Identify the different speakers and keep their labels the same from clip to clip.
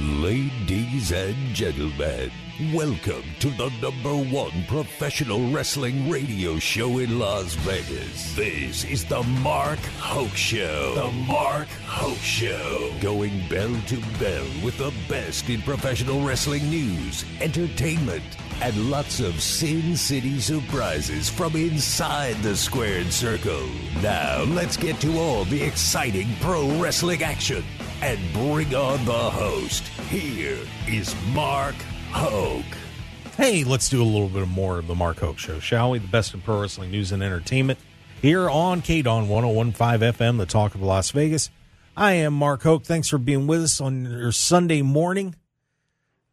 Speaker 1: Ladies and gentlemen, welcome to the number one professional wrestling radio show in Las Vegas. This is the Mark Hoke Show. The Mark Hoke Show. Going bell to bell with the best in professional wrestling news, entertainment, and lots of Sin City surprises from inside the squared circle. Now, let's get to all the exciting pro wrestling action and bring on the host. Here is Mark Hoke.
Speaker 2: Hey, let's do a little bit more of the Mark Hoke Show, shall we? The best in pro wrestling news and entertainment here on oh KDON 1015 FM, the talk of Las Vegas. I am Mark Hoke. Thanks for being with us on your Sunday morning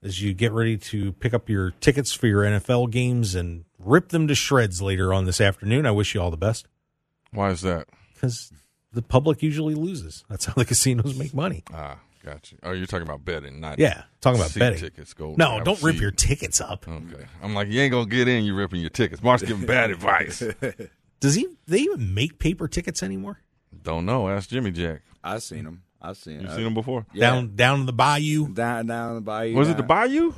Speaker 2: as you get ready to pick up your tickets for your NFL games and rip them to shreds later on this afternoon. I wish you all the best
Speaker 3: Why is that?
Speaker 2: because the public usually loses. That's how the casinos make money.
Speaker 3: Ah, gotcha. Oh, you're talking about betting, not
Speaker 2: Yeah, talking about
Speaker 3: seat
Speaker 2: betting.
Speaker 3: tickets. Go
Speaker 2: No,
Speaker 3: have a
Speaker 2: don't rip
Speaker 3: seat.
Speaker 2: your tickets up.
Speaker 3: Okay, I'm like you ain't gonna get in. You ripping your tickets. Mark's giving bad advice.
Speaker 2: Does he? They even make paper tickets anymore?
Speaker 3: Don't know. Ask Jimmy Jack.
Speaker 4: I seen him. I seen.
Speaker 3: You
Speaker 4: I-
Speaker 3: seen him before?
Speaker 4: yeah.
Speaker 2: Down down in the bayou.
Speaker 4: down down the bayou.
Speaker 3: Was it
Speaker 4: down-
Speaker 3: the Bayou?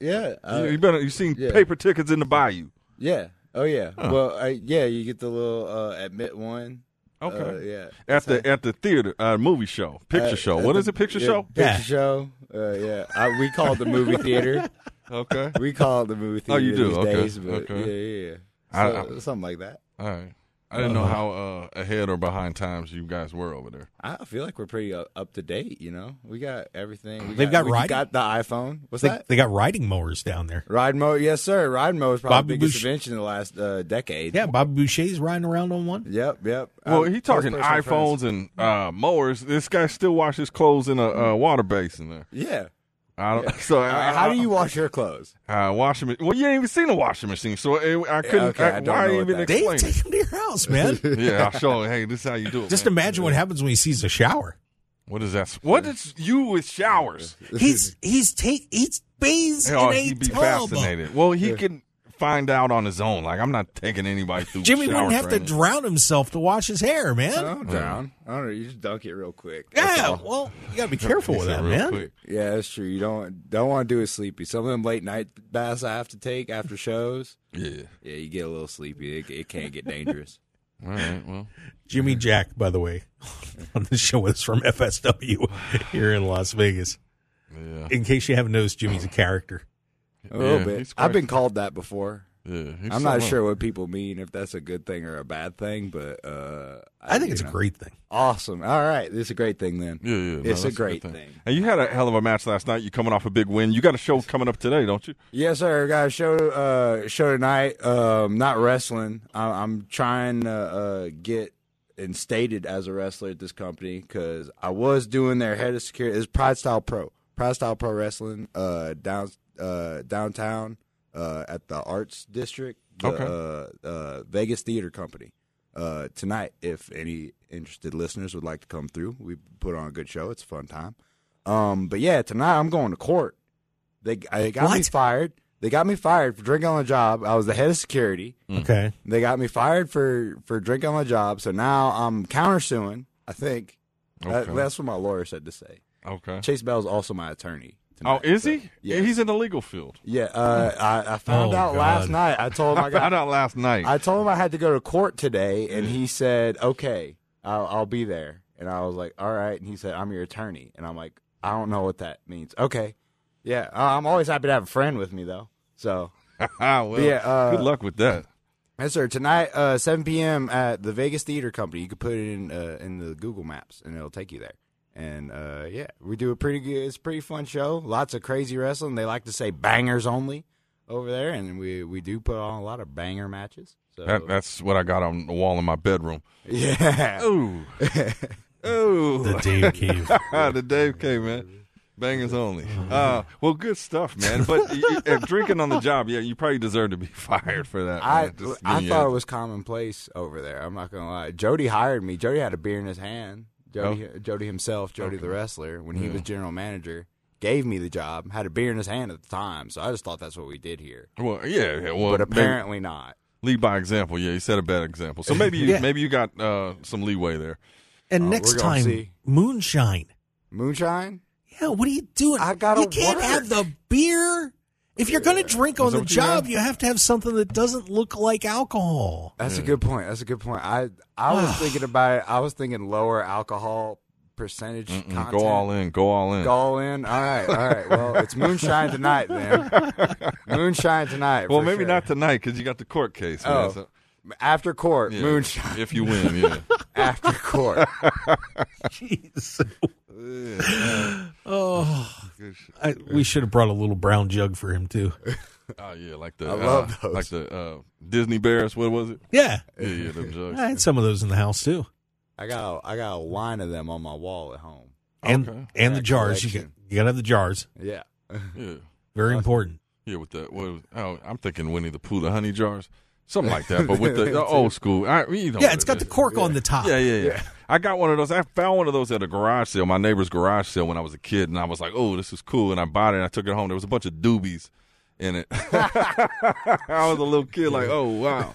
Speaker 4: Yeah, uh,
Speaker 3: you you better. You seen
Speaker 4: yeah.
Speaker 3: paper tickets in the Bayou?
Speaker 4: yeah. Oh yeah. Well, I, yeah. You get the little uh, admit one.
Speaker 3: Okay.
Speaker 4: Uh, yeah.
Speaker 3: At the at the theater, uh, movie show, picture show. What is it? Picture
Speaker 4: Yeah,
Speaker 3: show.
Speaker 4: Picture
Speaker 2: Yeah.
Speaker 4: show. Uh, yeah. I, we call it the movie theater.
Speaker 3: Okay.
Speaker 4: We call it the movie
Speaker 3: Oh,
Speaker 4: theater.
Speaker 3: you do?
Speaker 4: These
Speaker 3: Okay,
Speaker 4: Days, but
Speaker 3: okay.
Speaker 4: Yeah, yeah.
Speaker 3: I-
Speaker 4: yeah. So, something like that.
Speaker 3: All right. I didn't
Speaker 4: Uh-huh.
Speaker 3: know how uh, ahead or behind times you guys were over there.
Speaker 4: I feel like we're pretty uh, up to date. You know, we got everything. We
Speaker 2: They've got
Speaker 4: we
Speaker 2: riding-
Speaker 4: got the iPhone. What's
Speaker 2: They,
Speaker 4: that?
Speaker 2: they got riding mowers down there.
Speaker 4: Ride Mo, yes, sir. Ride Mo is probably
Speaker 2: Bobby
Speaker 4: the biggest
Speaker 2: Boucher-
Speaker 4: invention in the last uh, decade.
Speaker 2: Yeah, Bobby Boucher's riding around on one.
Speaker 4: Yep, yep.
Speaker 3: Well,
Speaker 4: Um,
Speaker 3: he talking
Speaker 4: close personal
Speaker 3: iPhones
Speaker 4: friends.
Speaker 3: and uh, mowers. This guy still washes clothes in a uh, water basin there.
Speaker 4: Yeah.
Speaker 3: I don't. So
Speaker 4: All
Speaker 3: I,
Speaker 4: right, Uh, how do you wash your clothes?
Speaker 3: Uh, washing machine. Well, you ain't even seen a washing machine, so it, I couldn't.
Speaker 4: okay, I
Speaker 3: I,
Speaker 4: don't
Speaker 3: why
Speaker 4: know what
Speaker 3: even
Speaker 4: that-
Speaker 2: Dave,
Speaker 3: explain?
Speaker 2: take him to your house, man.
Speaker 3: it? yeah, I'll show. you. Hey, this is how you do it.
Speaker 2: Just
Speaker 3: man.
Speaker 2: imagine what happens when he sees a shower.
Speaker 3: What is that? What is you with showers?
Speaker 2: He's he's take he's bathes
Speaker 3: Oh,
Speaker 2: in a
Speaker 3: he'd be
Speaker 2: tub.
Speaker 3: fascinated. Well, he can find out on his own. Like I'm not taking anybody through.
Speaker 2: Jimmy
Speaker 3: shower
Speaker 2: wouldn't have
Speaker 3: training.
Speaker 2: to drown himself to wash his hair, man.
Speaker 4: Don't
Speaker 3: Mm.
Speaker 4: drown. I don't know. You just dunk it real quick.
Speaker 2: yeah, well, you gotta be careful with
Speaker 3: He said
Speaker 2: that,
Speaker 3: real
Speaker 2: man.
Speaker 3: quick.
Speaker 4: Yeah, that's true. You don't don't want to do it sleepy. Some of them late night baths I have to take after shows.
Speaker 3: Yeah.
Speaker 4: Yeah, you get a little sleepy. It, it can get dangerous.
Speaker 3: All right. Well.
Speaker 2: Jimmy Jack, by the way, on the show with us from FSW here in Las Vegas.
Speaker 3: Yeah.
Speaker 2: In case you haven't noticed, Jimmy's a character.
Speaker 4: A little
Speaker 3: Yeah,
Speaker 4: bit.
Speaker 3: he's
Speaker 4: I've been called that before.
Speaker 3: Yeah. he's
Speaker 4: I'm not
Speaker 3: something
Speaker 4: sure what people mean if that's a good thing or a bad thing, but uh,
Speaker 2: I think it's
Speaker 4: you
Speaker 2: a
Speaker 4: know.
Speaker 2: great thing.
Speaker 4: awesome. All right, this is a great thing then.
Speaker 3: Yeah, yeah, no,
Speaker 4: it's
Speaker 3: that's
Speaker 4: a
Speaker 3: good
Speaker 4: great thing.
Speaker 3: And you had a hell of a match last night. You coming off a big win. You got a show coming up today, don't you?
Speaker 4: Yes, sir. Got a show uh, show tonight. Um, not wrestling. I- I'm trying to uh, get instated as a wrestler at this company because I was doing their head of security. It's Pride Style Pro, Pride Style Pro Wrestling, uh, down uh, downtown uh, at the Arts District, the uh, uh, Vegas Theater Company. Uh, tonight, if any interested listeners would like to come through, we put on a good show. It's a fun time. Um, but yeah, tonight I'm going to court. They, they got me
Speaker 2: What?
Speaker 4: fired. They got me fired for drinking on the job. I was the head of security.
Speaker 2: Okay.
Speaker 4: They got me fired for for drinking on the job. So now I'm countersuing. I think That-
Speaker 3: Okay.
Speaker 4: that's what my lawyer said to say.
Speaker 3: Okay.
Speaker 4: Chase Bell's also my attorney.
Speaker 3: Oh,
Speaker 4: tonight,
Speaker 3: is
Speaker 4: so-
Speaker 3: he?
Speaker 4: Yeah.
Speaker 3: He's in the legal field.
Speaker 4: yeah. Uh, I, I found
Speaker 2: Oh,
Speaker 4: out
Speaker 2: God.
Speaker 4: last night. I told him I
Speaker 3: I
Speaker 4: got
Speaker 3: found out last night.
Speaker 4: I told him I had to go to court today, and he said, "Okay, I'll, I'll be there." And I was like, "All right." And he said, "I'm your attorney," and I'm like, "I don't know what that means." Okay, yeah, uh, I'm always happy to have a friend with me though. So,
Speaker 3: well,
Speaker 4: Yeah, uh,
Speaker 3: good luck with that.
Speaker 4: yes, sir. Tonight, uh, 7 p.m. at the Vegas Theater Company. You can put it in uh, in the Google Maps, and it'll take you there. And uh, yeah, we do a pretty good. It's a pretty fun show. Lots of crazy wrestling. They like to say bangers only over there, and we we do put on a lot of banger matches. So
Speaker 3: that. That's what I got on the wall in my bedroom.
Speaker 4: yeah.
Speaker 3: Ooh. Ooh.
Speaker 2: The Dave Cave.
Speaker 3: the Dave K, man. Bangers only.
Speaker 4: Uh-huh.
Speaker 3: Uh, well, good stuff, man. But y- y- if drinking on the job, yeah, you probably deserve to be fired for that.
Speaker 4: I
Speaker 3: man. Just
Speaker 4: I
Speaker 3: being-
Speaker 4: thought it was commonplace over there. I'm not gonna lie. Jody hired me. Jody had a beer in his hand. Jody, Jody himself, Jody the wrestler, when he was general manager, gave me the job. Had a beer in his hand at the time, so I just thought that's what we did here.
Speaker 3: Well, yeah, yeah, well,
Speaker 4: But
Speaker 3: maybe-
Speaker 4: apparently not.
Speaker 3: Lead by example. Yeah, you set a bad example. So maybe you,
Speaker 2: Yeah.
Speaker 3: maybe you got uh, some leeway there.
Speaker 2: And
Speaker 4: Uh,
Speaker 2: next
Speaker 4: we're gonna
Speaker 2: time,
Speaker 4: see.
Speaker 2: moonshine.
Speaker 4: Moonshine.
Speaker 2: Yeah, what are you doing?
Speaker 4: I gotta
Speaker 2: You can't
Speaker 4: work.
Speaker 2: have the beer. If you're going to drink on
Speaker 3: that
Speaker 2: the
Speaker 3: what you
Speaker 2: job,
Speaker 3: had?
Speaker 2: you have to have something that doesn't look like alcohol.
Speaker 4: That's a good point. That's a good point. I I was thinking about it. I was thinking lower alcohol percentage.
Speaker 3: Mm, Go all in. Go all in.
Speaker 4: Go all in. All right. All right. Well, it's moonshine tonight, man. moonshine tonight.
Speaker 3: well,
Speaker 4: for
Speaker 3: maybe
Speaker 4: sure.
Speaker 3: not tonight because you got the court case. man,
Speaker 4: Oh.
Speaker 3: so-
Speaker 4: after court.
Speaker 3: yeah,
Speaker 4: Moonshine
Speaker 3: If you win, yeah.
Speaker 4: after court.
Speaker 2: Jeez. oh, I, we should have brought a little brown jug for him too.
Speaker 3: oh yeah, like the
Speaker 4: I love
Speaker 3: uh,
Speaker 4: those.
Speaker 3: like the uh, Disney Bears. What was it?
Speaker 2: Yeah,
Speaker 3: Yeah, yeah, them jugs.
Speaker 2: I had some of those in the house too,
Speaker 4: I got a, I got a line of them on my wall at home.
Speaker 2: and
Speaker 3: Okay.
Speaker 2: and the
Speaker 4: Yeah,
Speaker 2: jars. You got
Speaker 4: collection.
Speaker 2: you got to have the jars.
Speaker 4: Yeah.
Speaker 3: Yeah,
Speaker 2: Very important.
Speaker 3: yeah, with that. What was, oh, I'm thinking Winnie the Pooh, the honey jars, something like that. But with the, the old school, I, you know
Speaker 2: Yeah,
Speaker 3: what
Speaker 2: it's
Speaker 3: it
Speaker 2: got the
Speaker 3: is.
Speaker 2: cork on the top.
Speaker 3: Yeah, yeah, yeah. I got one of those. I found one of those at a garage sale, my neighbor's garage sale, when I was a kid, and I was like, "Oh, this is cool," and I bought it. and I took it home. There was a bunch of doobies in it. I was a little kid, like, "Oh wow,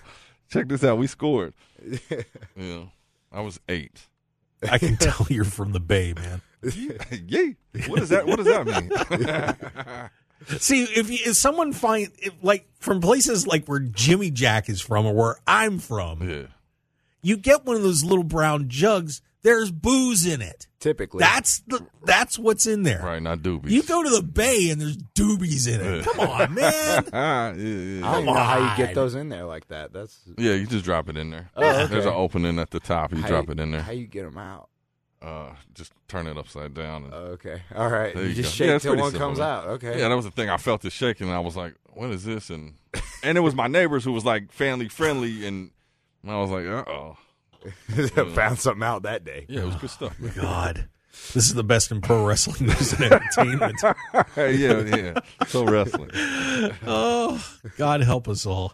Speaker 3: check this out, we scored." Yeah, I was eight.
Speaker 2: I can tell you're from the Bay, man.
Speaker 3: Yay! What does that? What does that mean?
Speaker 2: See, if, you, if someone find if, like from places like where Jimmy Jack is from or where I'm from,
Speaker 3: yeah,
Speaker 2: you get one of those little brown jugs. There's booze in it.
Speaker 4: Typically.
Speaker 2: That's the that's what's in there.
Speaker 3: right. Not doobies.
Speaker 2: You go to the bay and there's doobies in it. Come on, man.
Speaker 3: Ah, yeah, yeah.
Speaker 4: I
Speaker 3: yeah.
Speaker 4: don't even know how you
Speaker 2: on.
Speaker 4: get those in there like that. That's
Speaker 3: Yeah, you just drop it in there.
Speaker 4: Oh, okay.
Speaker 3: There's an opening at the top. You
Speaker 4: how
Speaker 3: drop it in there.
Speaker 4: How you get them out?
Speaker 3: Uh, just turn it upside down. And,
Speaker 4: Okay. All right.
Speaker 3: There
Speaker 4: You,
Speaker 3: you
Speaker 4: just
Speaker 3: go.
Speaker 4: shake
Speaker 3: Yeah, it's
Speaker 4: till
Speaker 3: pretty
Speaker 4: one
Speaker 3: simple.
Speaker 4: comes out. Okay.
Speaker 3: Yeah, that was the thing. I felt it shaking, and I was like, "What is this?" And and it was my neighbors who was like family friendly, and I was like, "Uh oh." Mm-hmm.
Speaker 4: Found something out that day.
Speaker 3: Yeah, it was good stuff. man.
Speaker 2: God. This is the best in pro wrestling news and entertainment.
Speaker 3: Hey, yeah, yeah. So wrestling.
Speaker 2: Oh, God help us all.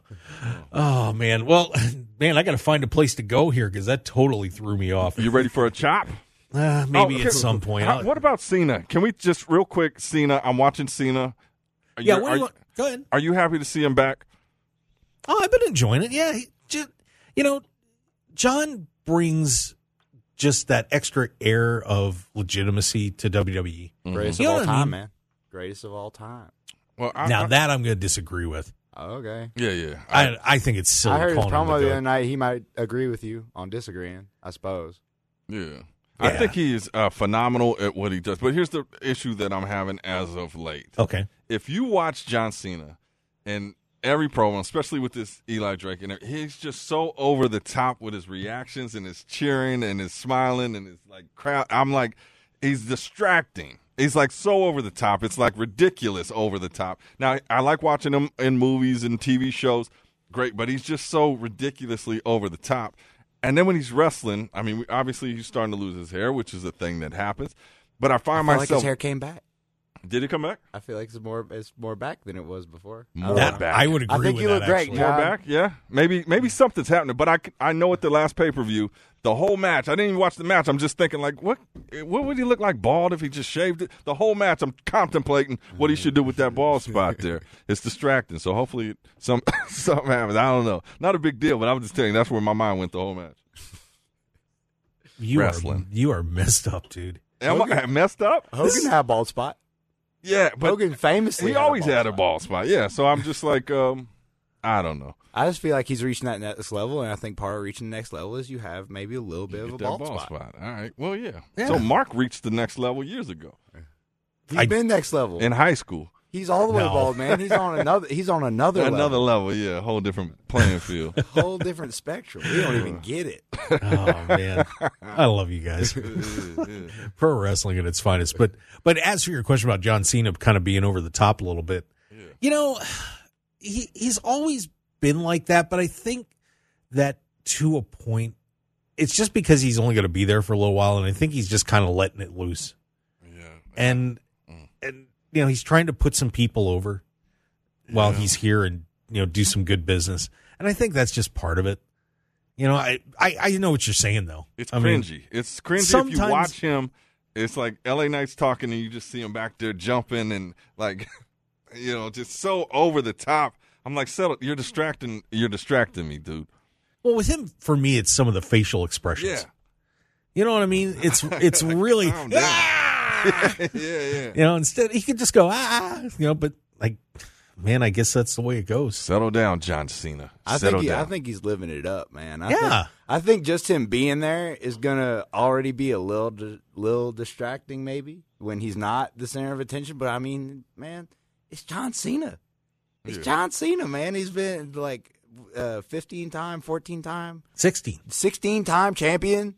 Speaker 2: Oh man. Well, man, I got to find a place to go here cuz that totally threw me off.
Speaker 3: You ready for a chop?
Speaker 2: Uh, maybe
Speaker 3: Oh,
Speaker 2: at some point.
Speaker 3: how-
Speaker 2: I'll-
Speaker 3: what about Cena? Can we just real quick, Cena? I'm watching Cena. Are
Speaker 2: yeah,
Speaker 3: you,
Speaker 2: what
Speaker 3: are,
Speaker 2: do you want? Go ahead.
Speaker 3: are you happy to see him back?
Speaker 2: Oh, I've been enjoying it. Yeah, he just you know, John brings just that extra air of legitimacy to E. WWE.
Speaker 3: Mm-hmm.
Speaker 4: Greatest
Speaker 2: You
Speaker 4: of
Speaker 2: know
Speaker 4: all
Speaker 2: what I
Speaker 4: time,
Speaker 2: mean?
Speaker 4: man. Greatest of all time.
Speaker 3: Well, I,
Speaker 2: now
Speaker 3: I-
Speaker 2: that I'm going to disagree with.
Speaker 4: Okay.
Speaker 3: yeah, yeah. uh, I,
Speaker 2: I I think it's silly
Speaker 4: I heard his
Speaker 2: calling him
Speaker 4: promo
Speaker 2: the
Speaker 4: the
Speaker 2: goat.
Speaker 4: other night. He might agree with you on disagreeing. I suppose.
Speaker 3: Yeah. I
Speaker 2: Yeah.
Speaker 3: think he's uh, phenomenal at what he does. But here's the issue that I'm having as of late.
Speaker 2: Okay.
Speaker 3: If you watch John Cena and every promo, especially with this Eli Drake, and he's just so over the top with his reactions and his cheering and his smiling and his like crowd. I'm like, he's distracting. He's like so over the top. It's like ridiculous over the top. Now I like watching him in movies and TV shows, great, but he's just so ridiculously over the top. And then when he's wrestling, I mean, obviously he's starting to lose his hair, which is a thing that happens. But I find
Speaker 4: I feel like his
Speaker 3: myself,
Speaker 4: hair came back.
Speaker 3: did it come back?
Speaker 4: I feel like it's more it's more back than it was before.
Speaker 3: More
Speaker 4: I don't
Speaker 2: E. That-
Speaker 4: know.
Speaker 3: back.
Speaker 2: I would agree
Speaker 4: I think
Speaker 2: with
Speaker 4: you
Speaker 2: that.
Speaker 4: look great,
Speaker 2: actually.
Speaker 3: More
Speaker 4: Um,
Speaker 3: back, yeah. Maybe maybe something's happening, but I, c- I know at the last pay per view, the whole match. I didn't even watch the match. I'm just thinking like, what what would he look like bald if he just shaved it? The whole match, I'm contemplating what he should do with that bald spot there. It's distracting. So hopefully some something happens. I don't know. Not a big deal, but I'm just telling you that's where my mind went the whole match.
Speaker 2: You
Speaker 3: wrestling.
Speaker 2: Are, you are messed up, dude.
Speaker 3: Am I messed up?
Speaker 4: Uh, Hogan had a bald spot.
Speaker 3: Yeah, but
Speaker 4: Hogan famously.
Speaker 3: he
Speaker 4: had a
Speaker 3: always
Speaker 4: bald
Speaker 3: had a
Speaker 4: spot.
Speaker 3: bald spot. Yeah, so I'm just like, um, I don't know.
Speaker 4: I just feel like he's reaching that next level, and I think part of reaching the next level is you have maybe a little bit of a
Speaker 3: Get that
Speaker 4: bald,
Speaker 3: bald
Speaker 4: spot.
Speaker 3: spot. All right. Well, yeah.
Speaker 2: Yeah.
Speaker 3: So Mark reached the next level years ago
Speaker 4: He's
Speaker 2: I-
Speaker 4: been next level.
Speaker 3: in high school.
Speaker 4: he's all the way
Speaker 2: No.
Speaker 4: bald, man. He's on another. He's on another.
Speaker 3: Another
Speaker 4: level.
Speaker 3: level, yeah, a whole different playing field.
Speaker 4: whole different spectrum. We don't even get it.
Speaker 2: Oh man, I love you guys. Pro wrestling at its finest. But but as for your question about John Cena kind of being over the top a little bit, you know, he he's always been like that. But I think that to a point, it's just because he's only going to be there for a little while, and I think he's just kind of letting it loose.
Speaker 3: yeah,
Speaker 2: and and you know he's trying to put some people over while he's here and you know do some good business and i think that's just part of it you know i i, I know what you're saying though
Speaker 3: it's
Speaker 2: I mean,
Speaker 3: cringy. it's cringy if you
Speaker 2: sometimes-
Speaker 3: watch him. It's like LA Knight's talking, and you just see him back there jumping and like, you know, just so over the top. I'm like, settle. You're distracting. You're distracting me, dude.
Speaker 2: well with him for me it's some of the facial expressions
Speaker 3: Yeah,
Speaker 2: you know what i mean it's it's really
Speaker 3: Calm down.
Speaker 2: "Ah!"
Speaker 3: yeah, yeah.
Speaker 2: You know, instead he could just go ah, you know. But like, man, I guess that's the way it goes.
Speaker 3: Settle down, John Cena.
Speaker 4: I
Speaker 3: Settle
Speaker 4: think, he,
Speaker 3: down.
Speaker 4: I think he's living it up, man. I
Speaker 2: Yeah.
Speaker 4: Think, I think just him being there is going to already be a little, di- little distracting, maybe, when he's not the center of attention. But I mean, man, it's John Cena. It's
Speaker 3: Yeah.
Speaker 4: John Cena, man. He's been like uh, 15 time, 14 time,
Speaker 2: Sixteen.
Speaker 4: 16 time champion.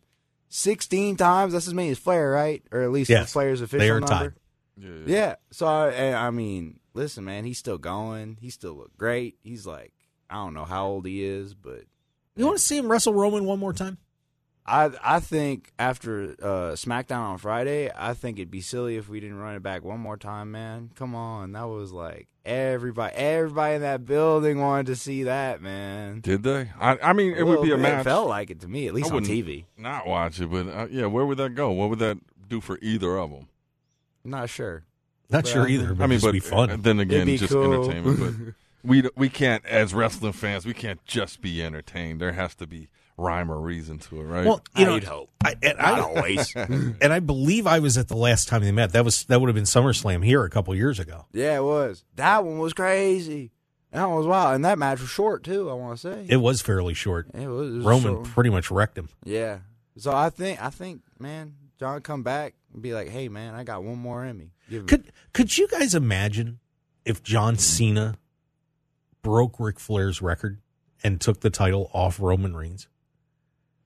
Speaker 4: 16 times. That's as many as Flair, right? Or at least
Speaker 2: Yes.
Speaker 4: Flair's official
Speaker 2: They are
Speaker 4: number.
Speaker 2: tied.
Speaker 3: yeah, yeah.
Speaker 4: Yeah. So I, and I mean, listen, man, he's still going. He still looked great. He's like, I don't know how old he is, but
Speaker 2: You want to see him wrestle Roman one more time?
Speaker 4: I I think after uh, SmackDown on Friday, I think it'd be silly if we didn't run it back one more time, man. Come on, that was like everybody, everybody in that building wanted to see that, man.
Speaker 3: Did they? I, I mean, it would
Speaker 4: Well,
Speaker 3: be a match.
Speaker 4: It felt like it to me, at least
Speaker 3: I
Speaker 4: on
Speaker 3: wouldn't
Speaker 4: TV.
Speaker 3: Not watch it, but uh, yeah, where would that go? What would that do for either of them?
Speaker 4: Not sure.
Speaker 2: Not
Speaker 4: But
Speaker 2: sure
Speaker 4: I
Speaker 2: either. But
Speaker 3: I mean,
Speaker 2: just
Speaker 3: but
Speaker 2: be fun.
Speaker 3: uh, then
Speaker 4: It'd
Speaker 3: again,
Speaker 4: be
Speaker 3: just
Speaker 4: cool.
Speaker 3: entertainment. But we d- we can't, as wrestling fans, we can't just be entertained. There has to be rhyme or reason to it, right?
Speaker 2: well, you know,
Speaker 4: I'd hope.
Speaker 2: I, and I,
Speaker 4: Not always.
Speaker 2: and I believe I was at the last time they met. That was that would have been SummerSlam here a couple years ago.
Speaker 4: yeah, it was. That one was crazy. That one was wild, and that match was short too. I want to say
Speaker 2: It was fairly short.
Speaker 4: It was, it was
Speaker 2: Roman
Speaker 4: so-
Speaker 2: pretty much wrecked him.
Speaker 4: yeah. So I think I think man, John come back and be like, hey man, I got one more in me. Give me-
Speaker 2: Could could you guys imagine if John Cena broke Ric Flair's record and took the title off Roman Reigns?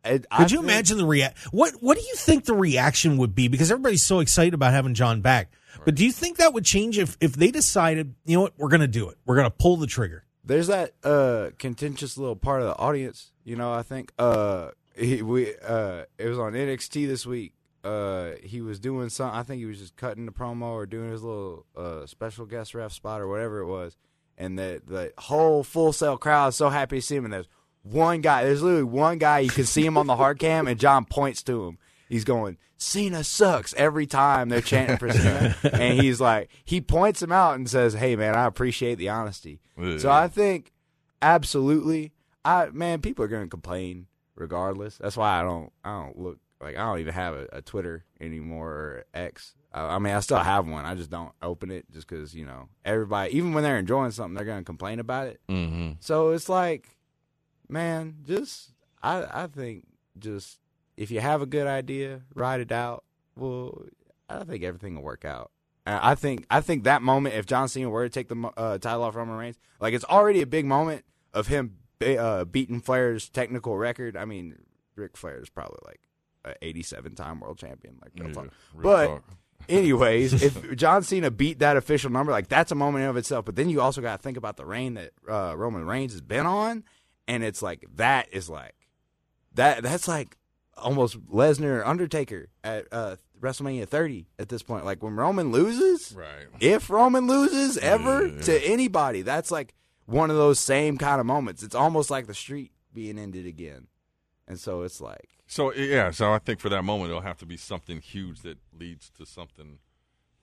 Speaker 4: And I
Speaker 2: Could you
Speaker 4: think-
Speaker 2: imagine the react? What What do you think the reaction would be? Because everybody's so excited about having John back, but do you think that would change if if they decided, you know what, we're going to do it, we're going to pull the trigger?
Speaker 4: There's that uh contentious little part of the audience, you know, I think uh he, we uh it was on NXT this week. Uh he was doing some I think he was just cutting the promo or doing his little uh special guest ref spot or whatever it was. And the the whole full cell crowd is so happy to see him and there's one guy, there's literally one guy you can see him on the hard cam and John points to him. He's going, Cena sucks every time they're chanting for Cena. and he's like, he points him out and says, Hey, man, I appreciate the honesty. So
Speaker 3: Yeah.
Speaker 4: I think absolutely, I man, people are gonna complain regardless. That's why I don't, I don't look like I don't even have a, a Twitter anymore or X. I, I mean, I still have one. I just don't open it just because you know everybody, even when they're enjoying something, they're gonna complain about it.
Speaker 3: mm-hmm.
Speaker 4: So it's like, man, just I I think just if you have a good idea, write it out. Well, I think everything will work out. And I think I think that moment, if John Cena were to take the mo- uh, title off Roman Reigns, like it's already a big moment of him be- uh, beating Flair's technical record. I mean, Ric Flair is probably like a 87 time world champion. Like,
Speaker 3: Mm-hmm.
Speaker 4: real talk. But- Anyways, if John Cena beat that official number, like that's a moment in of itself. But then you also got to think about the reign that uh, Roman Reigns has been on, and it's like that is like that that's like almost Lesnar Undertaker at uh, WrestleMania 30 at this point. Like when Roman loses,
Speaker 3: right.
Speaker 4: if Roman loses ever
Speaker 3: Yeah.
Speaker 4: to anybody, that's like one of those same kind of moments. It's almost like the street being ended again, and so it's like
Speaker 3: So yeah, so I think for that moment it'll have to be something huge that leads to something,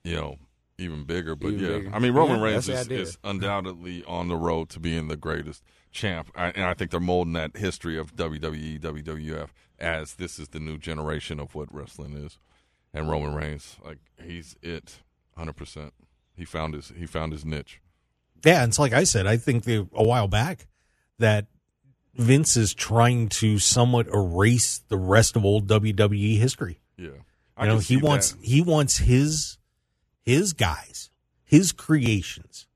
Speaker 3: you know, even bigger. But
Speaker 4: Even
Speaker 3: yeah,
Speaker 4: bigger.
Speaker 3: I mean Roman
Speaker 4: Yeah,
Speaker 3: Reigns
Speaker 4: that's
Speaker 3: is,
Speaker 4: the idea.
Speaker 3: is undoubtedly on the road to being the greatest champ, I, and I think they're molding that history of E, WWE, WWF as this is the new generation of what wrestling is, and Roman Reigns, like he's it, hundred percent. He found his he found his niche.
Speaker 2: Yeah, and it's like I said, I think the, a while back that Vince is trying to somewhat erase the rest of old WWE history.
Speaker 3: Yeah,
Speaker 2: You know,
Speaker 3: can see
Speaker 2: he wants
Speaker 3: that.
Speaker 2: he wants his his guys, his creations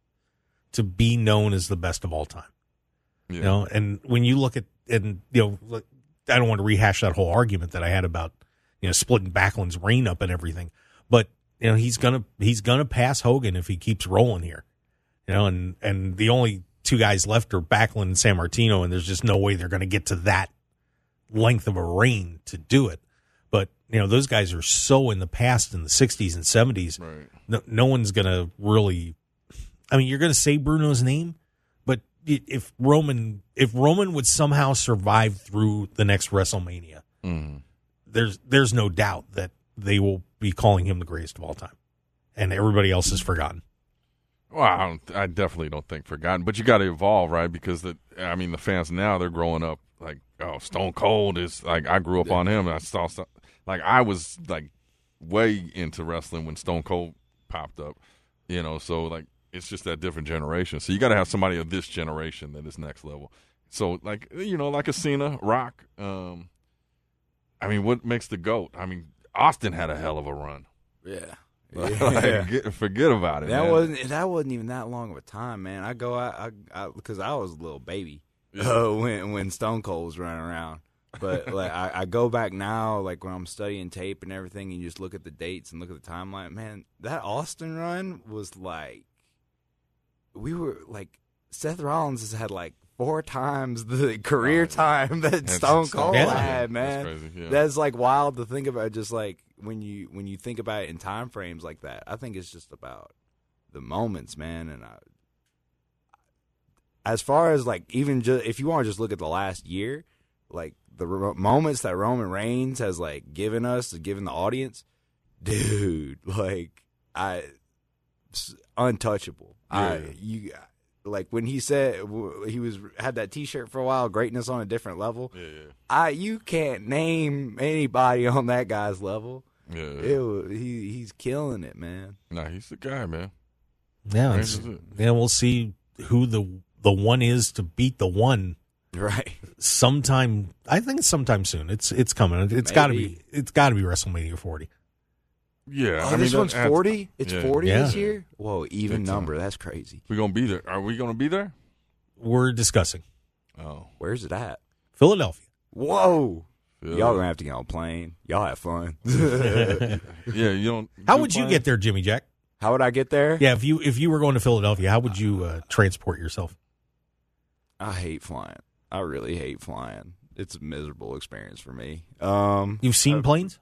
Speaker 2: to be known as the best of all time.
Speaker 3: Yeah.
Speaker 2: You know, and when you look at and you know, look, I don't want to rehash that whole argument that I had about you know splitting Backlund's reign up and everything, but you know he's gonna he's gonna pass Hogan if he keeps rolling here. You know, and and the only two guys left are Backlund and San Martino, and there's just no way they're gonna get to that length of a reign to do it. But you know, those guys are so in the past in the '60s and '70s.
Speaker 3: right.
Speaker 2: No, no one's gonna really. I mean, you're gonna say Bruno's name, but i- if Roman, if Roman would somehow survive through the next WrestleMania,
Speaker 3: Mm.
Speaker 2: there's there's no doubt that they will be calling him the greatest of all time, and everybody else is forgotten.
Speaker 3: Well, I, don't, I definitely don't think forgotten, but you got to evolve, right? Because the, I mean, the fans now they're growing up like, oh, Stone Cold is like I grew up on him, and I saw some, like I was like way into wrestling when Stone Cold popped up, you know. So like, it's just that different generation. So you got to have somebody of this generation that is next level. So like, you know, like a Cena, Rock. Um, I mean, what makes the goat? I mean, Austin had a hell of a run.
Speaker 4: Yeah.
Speaker 3: Like,
Speaker 4: Yeah.
Speaker 3: get- forget about it.
Speaker 4: That
Speaker 3: man.
Speaker 4: wasn't that wasn't even that long of a time, man. I go out I because I, was a little baby
Speaker 3: Yeah.
Speaker 4: uh, when when Stone Cold was running around. But like I, I go back now, like when I'm studying tape and everything, and you just look at the dates and look at the timeline. Man, that Austin run was like we were like Seth Rollins has had like four times the career
Speaker 3: Oh, yeah.
Speaker 4: time that
Speaker 3: That's-
Speaker 4: Stone
Speaker 3: that's-
Speaker 4: Cold
Speaker 2: Yeah.
Speaker 4: had, man.
Speaker 3: That's crazy. Yeah.
Speaker 4: That's like wild to think about. Just like when you when you think about it in time frames like that, I think it's just about the moments, man. And I, as far as like even just if you want to just look at the last year, like the ro- moments that Roman Reigns has like given us, given the audience, dude, like I s- untouchable.
Speaker 3: Yeah.
Speaker 4: I you like when he said w- he was had that T-shirt for a while, greatness on a different level.
Speaker 3: yeah,
Speaker 4: I you can't name anybody on that guy's level.
Speaker 3: yeah, yeah.
Speaker 4: It wa- he he's killing it, man.
Speaker 3: Nah, he's the guy, man.
Speaker 2: Yeah,
Speaker 3: Reigns
Speaker 2: it's-
Speaker 3: is it.
Speaker 2: yeah, we'll see who the the one is to beat the one
Speaker 4: Right.
Speaker 2: sometime. I think it's sometime soon. It's it's coming. It's got to be.
Speaker 4: Maybe.
Speaker 2: It's got to be WrestleMania 40.
Speaker 3: Yeah,
Speaker 4: Oh,
Speaker 3: I mean,
Speaker 4: this
Speaker 3: that-
Speaker 4: one's
Speaker 3: that's-
Speaker 4: forty. It's
Speaker 3: yeah.
Speaker 4: forty
Speaker 2: Yeah.
Speaker 4: this year. Whoa, even
Speaker 3: Big time.
Speaker 4: number. That's crazy.
Speaker 3: We gonna be there? Are we gonna be there?
Speaker 2: We're discussing
Speaker 3: Oh,
Speaker 4: Where's it at?
Speaker 2: Philadelphia.
Speaker 4: Whoa.
Speaker 3: yeah.
Speaker 4: Y'all gonna have to get on a plane. Y'all have fun.
Speaker 3: yeah, you don't.
Speaker 2: How
Speaker 3: do
Speaker 2: would you
Speaker 3: plans?
Speaker 2: get there, Jimmy Jack?
Speaker 4: How would I get there?
Speaker 2: Yeah, if you if you were going to Philadelphia, how would you uh, transport yourself?
Speaker 4: I hate flying. I really hate flying. It's a miserable experience for me. Um,
Speaker 2: You've seen planes.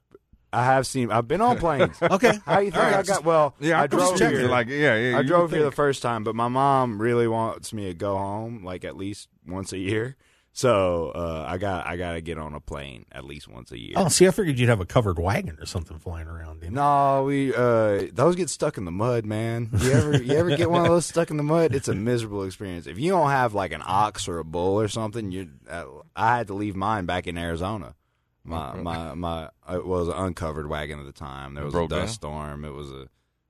Speaker 4: I have seen. I've been on planes.
Speaker 2: Okay.
Speaker 4: How you think
Speaker 3: All right,
Speaker 4: I got? Well,
Speaker 3: Yeah, I,
Speaker 4: I drove
Speaker 3: checking.
Speaker 4: here.
Speaker 3: Like, yeah, yeah.
Speaker 4: I
Speaker 3: you
Speaker 4: drove here the
Speaker 3: think-
Speaker 4: first time, but my mom really wants me to go home like at least once a year. So uh, I got I gotta get on a plane at least once a year.
Speaker 2: Oh, see, I figured you'd have a covered wagon or something flying around. didn't you?
Speaker 4: No, we uh, those get stuck in the mud, man. You ever you ever get one of those stuck in the mud? It's a miserable experience. If you don't have like an ox or a bull or something, you uh, I had to leave mine back in Arizona. My my my it was an uncovered wagon at the time. There
Speaker 3: It
Speaker 4: was
Speaker 3: broke
Speaker 4: a dust storm. It was a,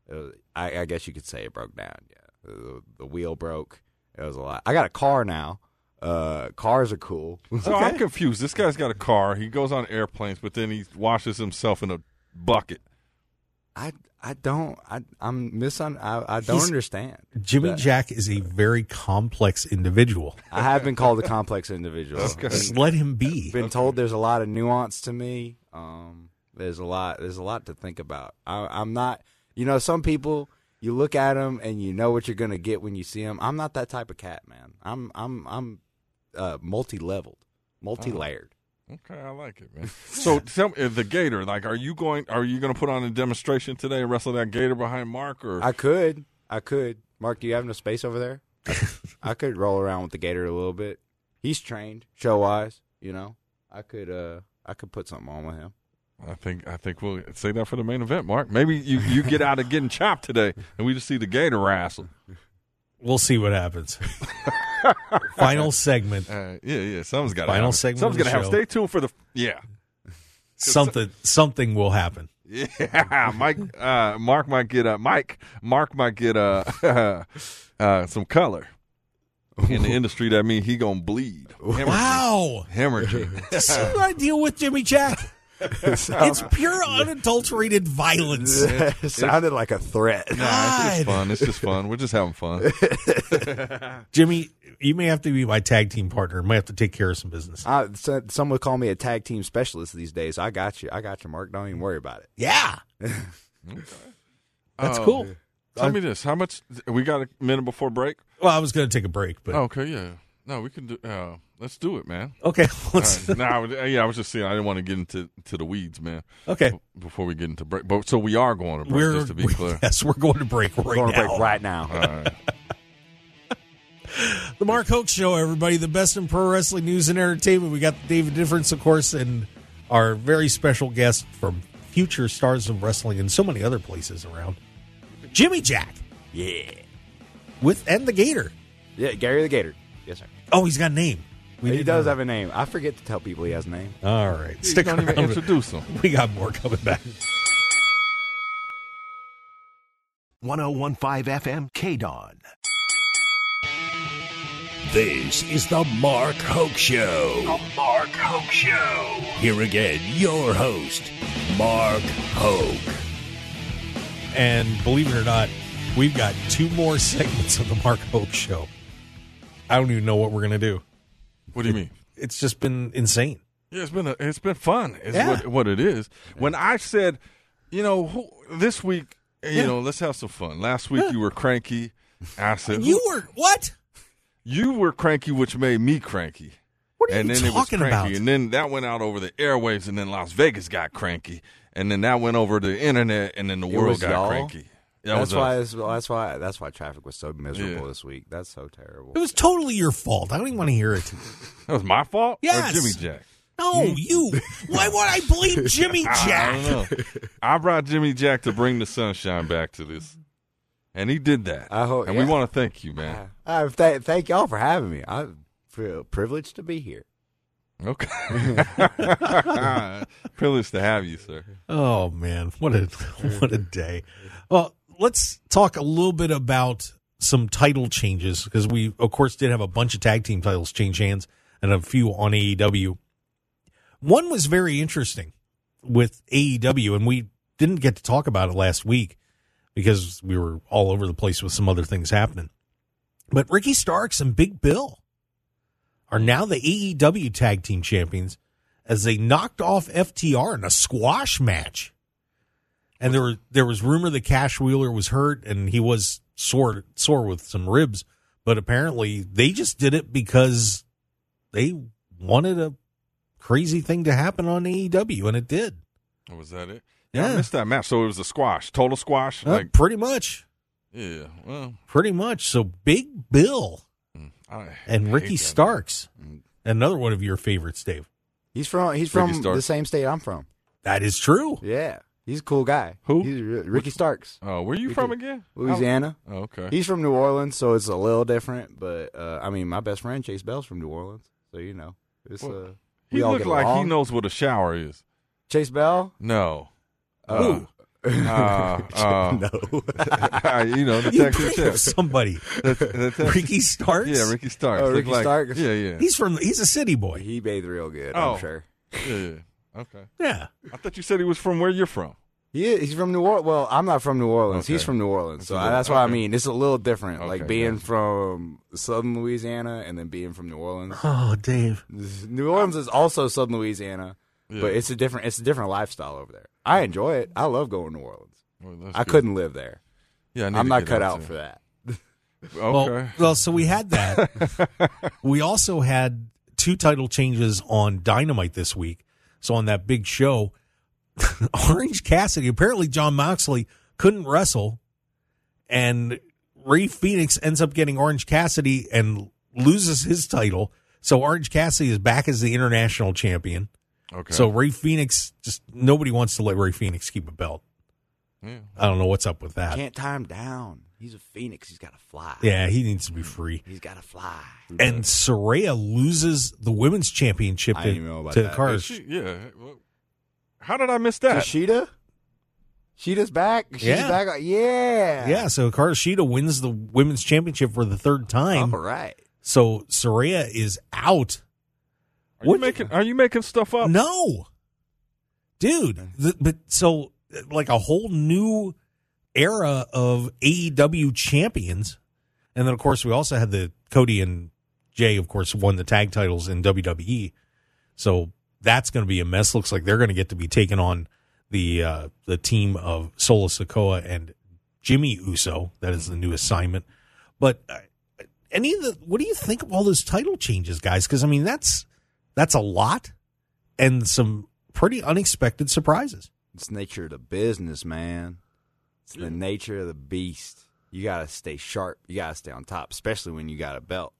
Speaker 4: it was, I, I guess you could say it broke down. Yeah, the, the wheel broke. It was a lot. I got a car now. Uh, cars are cool.
Speaker 3: So I'm confused. This guy's got a car. He goes on airplanes, but then he washes himself in a bucket.
Speaker 4: I I don't I I'm misun I, I don't
Speaker 2: He's-
Speaker 4: understand.
Speaker 2: Jimmy
Speaker 4: That-
Speaker 2: Jack is a very complex individual.
Speaker 4: I have been called a complex individual.
Speaker 3: Okay.
Speaker 2: Just let him be.
Speaker 4: Been told there's a lot of nuance to me. Um, there's a lot. There's a lot to think about. I, I'm not. You know, some people you look at them and you know what you're gonna get when you see them. I'm not that type of cat, man. I'm I'm I'm uh, multi-leveled, multi-layered.
Speaker 3: Okay, I like it, man. So tell me, uh, the gator. Like, are you going? Are you going to put on a demonstration today and wrestle that gator behind Mark? Or
Speaker 4: I could. I could. Mark, do you have enough space over there? I could roll around with the gator a little bit. He's trained, show wise. You know, I could. Uh, I could put something on with him.
Speaker 3: I think I think we'll say that for the main event, Mark. Maybe you you get out of getting chopped today, and we just see the gator wrestle.
Speaker 2: We'll see what happens. Final segment.
Speaker 3: Uh, yeah, yeah. Something's got to
Speaker 2: Final
Speaker 3: happen.
Speaker 2: segment of
Speaker 3: Something's
Speaker 2: the
Speaker 3: gotta happen.
Speaker 2: show.
Speaker 3: Stay tuned for the yeah.
Speaker 2: Something something will happen.
Speaker 3: Yeah, Mike. Uh, Mark might get a Mike. Mark might get a uh, some color in the industry. That mean he gonna bleed. Hemorrhaging.
Speaker 2: Wow.
Speaker 3: hemorrhaging.
Speaker 2: You see what I deal with Jimmy Jack? It's pure unadulterated violence.
Speaker 4: It sounded like a threat.
Speaker 3: Nah, it's
Speaker 2: God.
Speaker 3: just fun. It's just fun. We're just having fun.
Speaker 2: Jimmy, you may have to be my tag team partner. Might have to take care of some business.
Speaker 4: I, so- some would call me a tag team specialist these days. I got you. I got you, Mark. Don't even worry about it.
Speaker 2: Yeah. That's
Speaker 3: Oh.
Speaker 2: cool.
Speaker 3: Tell me this: How much? We got a minute before break.
Speaker 2: Well, I was going to take a break, but
Speaker 3: Okay, yeah. No, we can do. Uh, let's do it, man.
Speaker 2: okay.
Speaker 3: All
Speaker 2: Let's,
Speaker 3: right. Nah, I was- yeah, I was just saying I didn't want to get into to the weeds, man.
Speaker 2: Okay.
Speaker 3: b- Before we get into break, but so we are going to break,
Speaker 2: We're
Speaker 3: just to be clear.
Speaker 2: yes, we're going to break right
Speaker 4: We're going
Speaker 2: now.
Speaker 4: to break right now.
Speaker 3: All right.
Speaker 2: The Mark Hoke Show, everybody, the best in pro wrestling news and entertainment. We got David Difference, of course, and our very special guest from future stars of wrestling and so many other places around, Jimmy Jack,
Speaker 4: yeah.
Speaker 2: with and the Gator.
Speaker 4: Yeah, Gary the Gator. Yes, sir.
Speaker 2: Oh, he's got a name. We
Speaker 4: He
Speaker 2: didn't
Speaker 4: does
Speaker 2: know
Speaker 4: have a name. I forget to tell people he has a name.
Speaker 2: that. All right,
Speaker 3: You
Speaker 2: stick
Speaker 3: don't even
Speaker 2: around.
Speaker 3: introduce them.
Speaker 2: We got more coming back.
Speaker 1: 1015 FM KDON. This is the Mark Hoke Show. The Mark Hoke Show. Here again, your host, Mark Hoke.
Speaker 2: And believe it or not, we've got two more segments of the Mark Hoke Show. I don't even know what we're going to do.
Speaker 3: What do you mean?
Speaker 2: It's just been insane.
Speaker 3: Yeah, it's been a, it's been fun. Is
Speaker 2: Yeah.
Speaker 3: what, what it is. When I said, you know, who, this week, you know, let's have some fun. Last week you were cranky. I said
Speaker 2: You were what?
Speaker 3: you were cranky, which made me cranky.
Speaker 2: What are
Speaker 3: and
Speaker 2: you
Speaker 3: then
Speaker 2: talking
Speaker 3: it was
Speaker 2: about?
Speaker 3: cranky, and then that went out over the airwaves, and then Las Vegas got cranky, and then that went over the internet, and then the
Speaker 4: It
Speaker 3: world
Speaker 4: was
Speaker 3: got
Speaker 4: y'all.
Speaker 3: cranky. That
Speaker 4: That's
Speaker 3: was
Speaker 4: why.
Speaker 3: us.
Speaker 4: That's, that's why. That's why traffic was so miserable
Speaker 3: Yeah.
Speaker 4: this week. That's so terrible.
Speaker 2: It was totally your fault. I don't even want to hear it.
Speaker 3: that was my fault.
Speaker 2: Yes.
Speaker 3: or Jimmy Jack.
Speaker 2: No, you. Why would I blame Jimmy
Speaker 3: I don't
Speaker 2: Jack?
Speaker 3: know. I brought Jimmy Jack to bring the sunshine back to this, and he did that.
Speaker 4: I hope-
Speaker 3: and we
Speaker 4: yeah.
Speaker 3: want to thank you, man.
Speaker 4: Uh, th- thank y'all for having me. I feel privileged to be here. Uh-huh.
Speaker 3: Okay, privileged to have you, sir.
Speaker 2: Oh man, what a what a day. Well, let's talk a little bit about some title changes because we of course did have a bunch of tag team titles change hands and a few on AEW. One was very interesting with AEW and we didn't get to talk about it last week because we were all over the place with some other things happening. But Ricky Starks and Big Bill are now the AEW tag team champions as they knocked off FTR in a squash match. And there were there was rumor that Cash Wheeler was hurt and he was sore sore with some ribs, but apparently they just did it because they wanted a crazy thing to happen on AEW and it did.
Speaker 3: Oh, Was that it? Yeah, I
Speaker 2: Yeah.
Speaker 3: missed that match. So it was a squash, total squash.
Speaker 2: Uh,
Speaker 3: Like,
Speaker 2: pretty much.
Speaker 3: yeah. Well, hmm,
Speaker 2: Pretty much. So Big Bill
Speaker 3: I
Speaker 2: and
Speaker 3: hate
Speaker 2: Ricky
Speaker 3: that.
Speaker 2: Starks.
Speaker 3: Mm.
Speaker 2: Another one of your favorites, Dave.
Speaker 4: He's from. He's
Speaker 3: Ricky
Speaker 4: from the
Speaker 3: Starks.
Speaker 4: same state I'm from.
Speaker 2: That is true.
Speaker 4: Yeah, he's a cool guy.
Speaker 3: Who?
Speaker 4: He's re- Ricky Starks,
Speaker 3: Oh, where you
Speaker 4: Ricky-
Speaker 3: from again?
Speaker 4: Louisiana.
Speaker 3: Oh, okay.
Speaker 4: He's from New Orleans, so it's a little different. But uh, I mean, my best friend Chase Bell's from New Orleans, so you know, it's
Speaker 3: Well,
Speaker 4: uh,
Speaker 3: He
Speaker 4: we all
Speaker 3: looked
Speaker 4: get
Speaker 3: like
Speaker 4: along.
Speaker 3: he knows what a shower is.
Speaker 4: Chase Bell.
Speaker 3: No.
Speaker 4: Uh,
Speaker 3: Uh, uh,
Speaker 4: no.
Speaker 3: you know, the
Speaker 2: You
Speaker 3: Texas
Speaker 2: bring up
Speaker 3: Tech.
Speaker 2: somebody.
Speaker 3: The, the Texas-
Speaker 2: Ricky Starks?
Speaker 3: Yeah, Ricky Starks.
Speaker 4: Oh,
Speaker 3: Looked
Speaker 4: Ricky
Speaker 3: like,
Speaker 4: Starks.
Speaker 3: Yeah, yeah.
Speaker 2: He's from he's a city boy.
Speaker 4: he bathed real good.
Speaker 3: Oh.
Speaker 4: I'm sure.
Speaker 3: yeah. yeah. Okay.
Speaker 2: Yeah.
Speaker 3: I thought you said he was from where you're from.
Speaker 4: He is, he's from New Orleans. Well, I'm not from New Orleans. He's
Speaker 3: Okay.
Speaker 4: from New Orleans, so
Speaker 3: From New-
Speaker 4: I- that's why I
Speaker 3: okay.
Speaker 4: mean it's a little different. like
Speaker 3: Okay,
Speaker 4: being
Speaker 3: gotcha.
Speaker 4: from Southern Louisiana and then being from New Orleans.
Speaker 2: Oh, Dave.
Speaker 4: New Orleans is also Southern Louisiana,
Speaker 3: Yeah.
Speaker 4: but it's a different it's a different lifestyle over there. I enjoy it. I love going to New Orleans.
Speaker 3: Well, that's
Speaker 4: I
Speaker 3: good.
Speaker 4: couldn't live there.
Speaker 3: Yeah, I need
Speaker 4: I'm
Speaker 3: to
Speaker 4: not
Speaker 3: get
Speaker 4: cut out
Speaker 3: to-
Speaker 4: for that.
Speaker 3: Okay.
Speaker 2: Well, well, so we had that. we also had two title changes on Dynamite this week. So on that big show, Orange Cassidy, apparently John Moxley couldn't wrestle, and Ray Phoenix ends up getting Orange Cassidy and loses his title. So Orange Cassidy is back as the international champion.
Speaker 3: okay.
Speaker 2: So Ray Phoenix just nobody wants to let Ray Phoenix keep a belt.
Speaker 3: yeah.
Speaker 2: I don't know what's up with that.
Speaker 4: Can't tie him down. He's a phoenix. He's got to fly.
Speaker 2: Yeah, he needs to be free.
Speaker 4: He's got to fly.
Speaker 2: And Soraya loses the women's championship
Speaker 4: I
Speaker 2: to,
Speaker 4: didn't even know about
Speaker 2: to
Speaker 4: that.
Speaker 2: Carter.
Speaker 3: Is she- yeah. well, How did I miss that?
Speaker 4: Sheeta? Sheeta's back. She's
Speaker 2: Yeah.
Speaker 4: back. Yeah.
Speaker 2: yeah, so Karashita wins the women's championship for the third
Speaker 4: All
Speaker 2: time.
Speaker 4: right.
Speaker 2: So Soraya is out.
Speaker 3: Are you
Speaker 2: What-
Speaker 3: making Are you making stuff up?
Speaker 2: No, dude. th- but so like a whole new era of AEW champions, and then of course we also had the Cody and Jay, of course, won the tag titles in WWE. So that's going to be a mess. Looks like they're going to get to be taken on the uh, the team of Solo Sokoa and Jimmy Uso. That is the new assignment. But uh, any of the what do you think of all those title changes, guys? Because I mean that's that's a lot and some pretty unexpected surprises.
Speaker 4: It's nature of the business, man. It's the nature of the beast. You gotta stay sharp. You gotta stay on top, especially when you got a belt.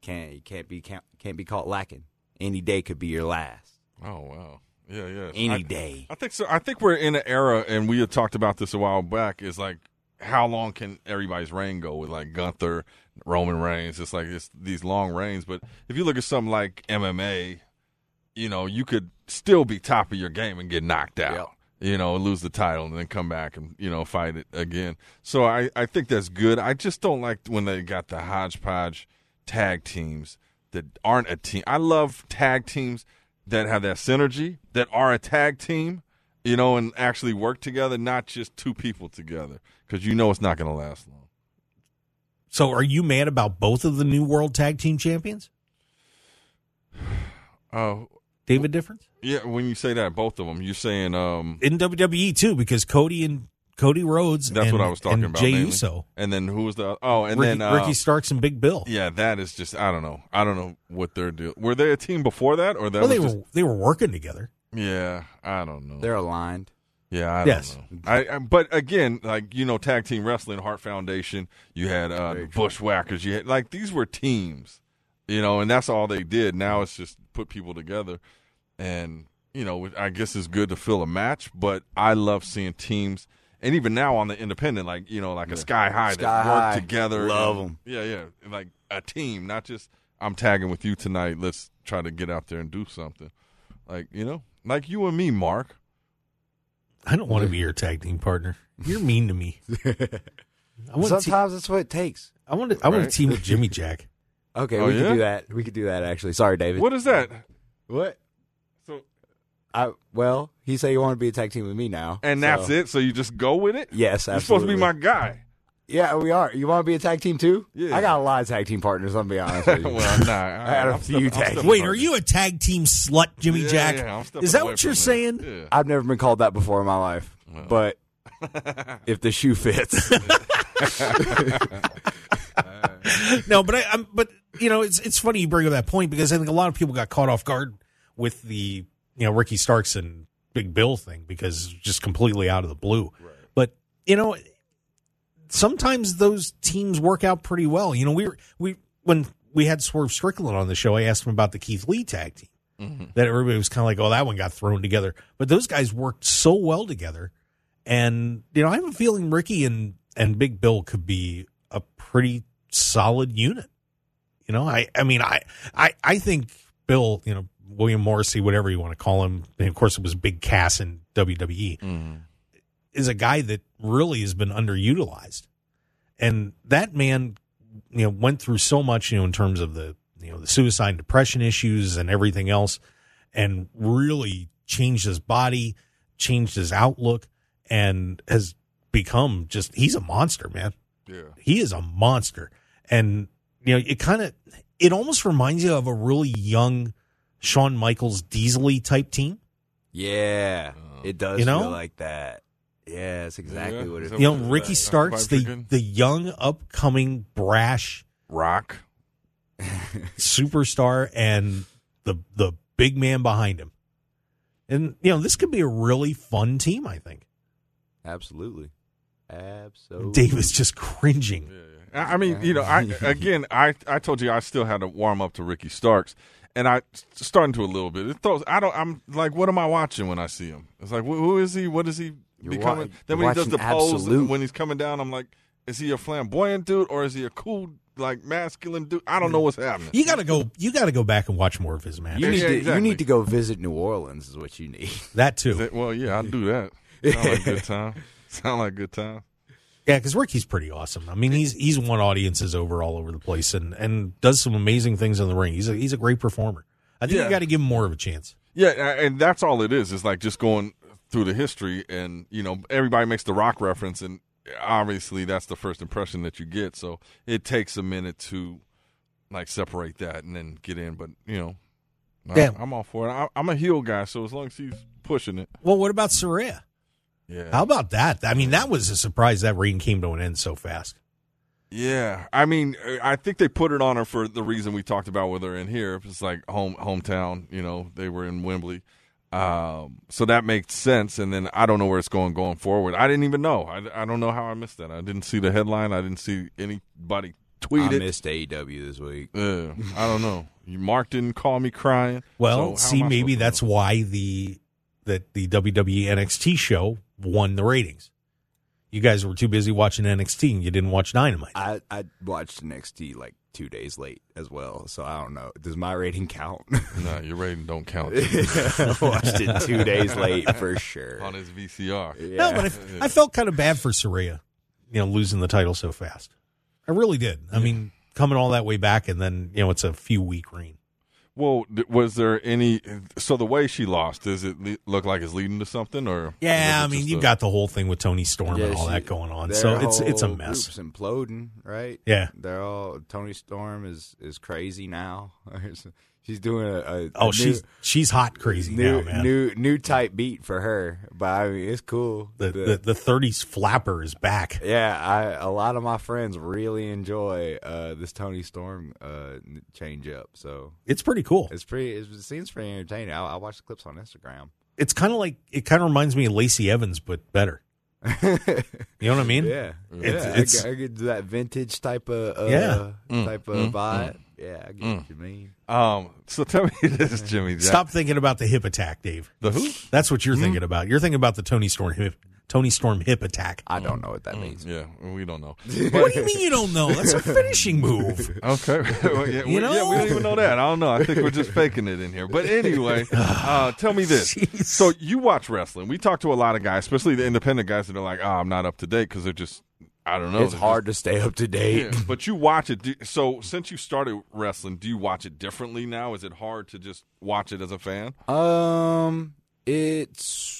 Speaker 4: Can't you can't be can't, can't be caught lacking. Any day could be your last.
Speaker 3: Oh wow. Yeah, yeah.
Speaker 4: Any
Speaker 3: I-
Speaker 4: day.
Speaker 3: I think so. I think we're in an era, and we had talked about this a while back. Is like, how long can everybody's reign go with like Gunther, Roman Reigns? It's like it's these long reigns. But if you look at something like MMA, you know, you could still be top of your game and get knocked out.
Speaker 4: Yep.
Speaker 3: you know, lose the title and then come back and, you know, fight it again. So I, I think that's good. I just don't like when they got the hodgepodge tag teams that aren't a team. I love tag teams that have that synergy, that are a tag team, you know, and actually work together, not just two people together, because you know it's not going to last long.
Speaker 2: So are you mad about both of the new world tag team champions?
Speaker 3: Oh,
Speaker 2: David Difference?
Speaker 3: yeah. When you say that, both of them, you're saying, um,
Speaker 2: In WWE too, because Cody and Cody Rhodes
Speaker 3: That's
Speaker 2: and-
Speaker 3: what I was talking
Speaker 2: and
Speaker 3: about,
Speaker 2: Jey
Speaker 3: mainly.
Speaker 2: Uso.
Speaker 3: and then who was the? Oh, and
Speaker 2: Ricky,
Speaker 3: then uh,
Speaker 2: Ricky Starks and Big Bill.
Speaker 3: Yeah, that is just I don't know. I don't know what they're doing. Were they a team before that, or that
Speaker 2: well,
Speaker 3: was
Speaker 2: they
Speaker 3: just-
Speaker 2: were they were working together.
Speaker 3: yeah? I don't know.
Speaker 4: They're aligned.
Speaker 3: yeah, I
Speaker 2: Yes.
Speaker 3: don't know. I, I but again, like you know, tag team wrestling, Heart Foundation. You had uh, the Bushwhackers. You had like these were teams, you know, and that's all they did. Now it's just put people together, and you know, I guess it's good to fill a match. But I love seeing teams. And even now on the independent, like you know, like a sky high
Speaker 4: Sky
Speaker 3: that work
Speaker 4: High.
Speaker 3: together.
Speaker 4: Love
Speaker 3: and-
Speaker 4: 'em.
Speaker 3: Yeah, yeah, like a team, not just I'm tagging with you tonight. Let's try to get out there and do something. Like you know, like you and me, Mark.
Speaker 2: I don't want to be your tag team partner. You're mean to me. I want to.
Speaker 4: Sometimes that's what it takes.
Speaker 2: I want to. I want to
Speaker 3: Right.
Speaker 2: team with Jimmy Jack.
Speaker 4: Okay,
Speaker 3: Oh,
Speaker 4: we
Speaker 3: yeah?
Speaker 4: could do that. We could do that. Actually, sorry, David.
Speaker 3: What is that?
Speaker 4: What?
Speaker 3: So
Speaker 4: I well, he said he wanted to be a tag team with me now,
Speaker 3: and that's
Speaker 4: so-
Speaker 3: it. So you just go with it.
Speaker 4: Yes,
Speaker 3: You're supposed to be
Speaker 4: absolutely.
Speaker 3: my guy.
Speaker 4: Yeah, we are. You want to be a tag team too?
Speaker 3: Yeah.
Speaker 4: I got a lot of tag team partners. I'm gonna be honest with you.
Speaker 3: well, nah. I
Speaker 4: had a few tags.
Speaker 2: Wait, are you a tag team slut, Jimmy Jack? Is that what you're saying?
Speaker 3: Yeah.
Speaker 4: I've never been called that before in my life, but if the shoe fits,
Speaker 2: no, but I, I'm, but you know, it's it's funny you bring up that point because I think a lot of people got caught off guard with the you know Ricky Starks and Big Bill thing because it's just completely out of the blue. But you know, sometimes those teams work out pretty well. You know, we were, we when we had Swerve Strickland on the show, I asked him about the Keith Lee tag team. That everybody was kind of like, oh, that one got thrown together, but those guys worked so well together, and you know, I have a feeling Ricky and and Big Bill could be a pretty solid unit. You know, I I mean, I I I think Bill, you know, William Morrissey, whatever you want to call him, and of course it was Big Cass in WWE
Speaker 3: Mm-hmm.
Speaker 2: is a guy that really has been underutilized. And that man, you know, went through so much, you know, in terms of the, you know, the suicide and depression issues and everything else and really changed his body, changed his outlook and has become just he's a monster, man.
Speaker 3: Yeah.
Speaker 2: He is a monster. And you know, it kind of it almost reminds you of a really young Shawn Michaels Deasley type team.
Speaker 4: yeah, it does
Speaker 2: You know?
Speaker 4: feel like that. Yeah, that's exactly
Speaker 3: Oh, Yeah,
Speaker 4: what
Speaker 3: is
Speaker 4: it.
Speaker 3: that
Speaker 2: You know,
Speaker 3: Who's
Speaker 2: Ricky
Speaker 3: that?
Speaker 2: Starks,
Speaker 3: Vibe
Speaker 2: the
Speaker 3: Chicken?
Speaker 2: the young upcoming brash
Speaker 3: Rock.
Speaker 2: superstar and the the big man behind him. And you know, this could be a really fun team, I think.
Speaker 4: Absolutely, absolutely.
Speaker 2: Dave is just cringing.
Speaker 3: I I mean, you know, I again, I I told you I still had to warm up to Ricky Starks, and I starting to a little bit. It throws. I don't. I'm like, what am I watching when I see him? It's like, wh- who is he? What is he
Speaker 4: You're
Speaker 3: becoming?
Speaker 4: wa-
Speaker 3: then
Speaker 4: you're
Speaker 3: when he does the
Speaker 4: watching
Speaker 3: pose,
Speaker 4: Absolute.
Speaker 3: when he's coming down, I'm like, is he a flamboyant dude or is he a cool like masculine dude? I don't know what's happening.
Speaker 2: You gotta go you gotta go back and watch more of his matches.
Speaker 4: You need
Speaker 3: Yeah,
Speaker 4: to
Speaker 3: exactly.
Speaker 4: you need to go visit New Orleans is what you need.
Speaker 2: That
Speaker 3: Is
Speaker 2: too.
Speaker 3: it- well, yeah, I'll do that. Sound like good time. Sound like good time.
Speaker 2: Yeah, because Ricky's pretty awesome. I mean, he's he's won audiences over all over the place and and does some amazing things in the ring. He's a he's a great performer. I think
Speaker 3: Yeah.
Speaker 2: you gotta give him more of a chance.
Speaker 3: Yeah, a- and that's all it is. It's like just going through the history, and you know, everybody makes the rock reference, and obviously that's the first impression that you get. So it takes a minute to like separate that and then get in. But you know, I,
Speaker 2: Yeah.
Speaker 3: I'm all for it. I, I'm a heel guy, so as long as he's pushing it,
Speaker 2: Well, what about Soraya?
Speaker 3: yeah,
Speaker 2: How about that? I mean, that was a surprise that reign came to an end so fast.
Speaker 3: yeah. I mean, I think they put it on her for the reason we talked about with her in here. It's like home hometown. You know, they were in Wembley. Um, so that makes sense. And then I don't know where it's going going forward. I didn't even know. I, I don't know how I missed that. I didn't see the headline. I didn't see anybody tweet
Speaker 4: I
Speaker 3: it.
Speaker 4: missed AEW this week.
Speaker 3: Yeah, I don't know. You- Mark didn't call me crying.
Speaker 2: Well,
Speaker 3: So how
Speaker 2: see,
Speaker 3: am I
Speaker 2: maybe
Speaker 3: supposed to
Speaker 2: that's
Speaker 3: know?
Speaker 2: E why the that the WWE NXT show won the ratings. You guys were too busy watching NXT and you didn't watch Dynamite.
Speaker 4: I, I watched NXT like two days late as well, so I don't know. Does my rating count?
Speaker 3: No, your rating don't count
Speaker 4: I watched it two days late for sure.
Speaker 3: on his VCR.
Speaker 4: Yeah.
Speaker 2: No, but I, f- I felt kind of bad for Soraya, you know, losing the title so fast. I really did. I mean, coming all that way back and then, you know, it's a few week reign.
Speaker 3: Well, th- was there any? So the way she lost, does it le- look like it's leading to something, or
Speaker 2: Yeah, I
Speaker 3: was it
Speaker 2: mean,
Speaker 3: just
Speaker 2: you've
Speaker 3: a-
Speaker 2: got the whole thing with Tony Storm and
Speaker 4: Yeah,
Speaker 2: all
Speaker 4: she-
Speaker 2: that going on.
Speaker 4: their
Speaker 2: So it's it's a
Speaker 4: whole
Speaker 2: mess.
Speaker 4: Group's imploding, right?
Speaker 2: Yeah.
Speaker 4: They're all Tony Storm is is crazy now. she's doing a, a a
Speaker 2: Oh,
Speaker 4: new-
Speaker 2: she's she's hot crazy
Speaker 4: new
Speaker 2: now, man.
Speaker 4: new new type beat for her, but I mean it's cool.
Speaker 2: the,
Speaker 4: The-
Speaker 2: the the 30s flapper is back.
Speaker 4: yeah, I a lot of my friends really enjoy uh, this Tony Storm uh, n- change up. So
Speaker 2: It's pretty cool.
Speaker 4: it's pretty. It seems pretty entertaining. I, I watch the clips on Instagram.
Speaker 2: It's kind of like it kind of reminds me of Lacey Evans, but better. You know what I mean?
Speaker 4: yeah,
Speaker 2: It's-
Speaker 4: yeah, I
Speaker 2: it's-
Speaker 4: get- I get that vintage type of uh,
Speaker 2: Yeah.
Speaker 4: type of vibe. Yeah, I get what you mean.
Speaker 3: Um. So tell me this, Jimmy. Jack.
Speaker 2: Stop thinking about the hip attack, Dave.
Speaker 3: the who?
Speaker 2: That's what you're thinking about. You're thinking about the Tony Storm hip Tony Storm hip attack.
Speaker 4: I don't know what that means.
Speaker 3: Yeah, we don't know.
Speaker 2: What do you mean you don't know? That's a finishing move.
Speaker 3: Okay. Well, yeah, we, yeah,
Speaker 2: know?
Speaker 3: we don't even know that. I don't know. I think we're just faking it in here. But anyway, uh, tell me this. So you watch wrestling. We talk to a lot of guys, especially the independent guys that are like, oh, I'm not up to date because they're just, I don't know.
Speaker 4: It's
Speaker 3: they're
Speaker 4: hard to stay up to date.
Speaker 3: just- yeah, but you watch it. Do, so since you started wrestling, do you watch it differently now? Is it hard to just watch it as a fan?
Speaker 4: Um, it's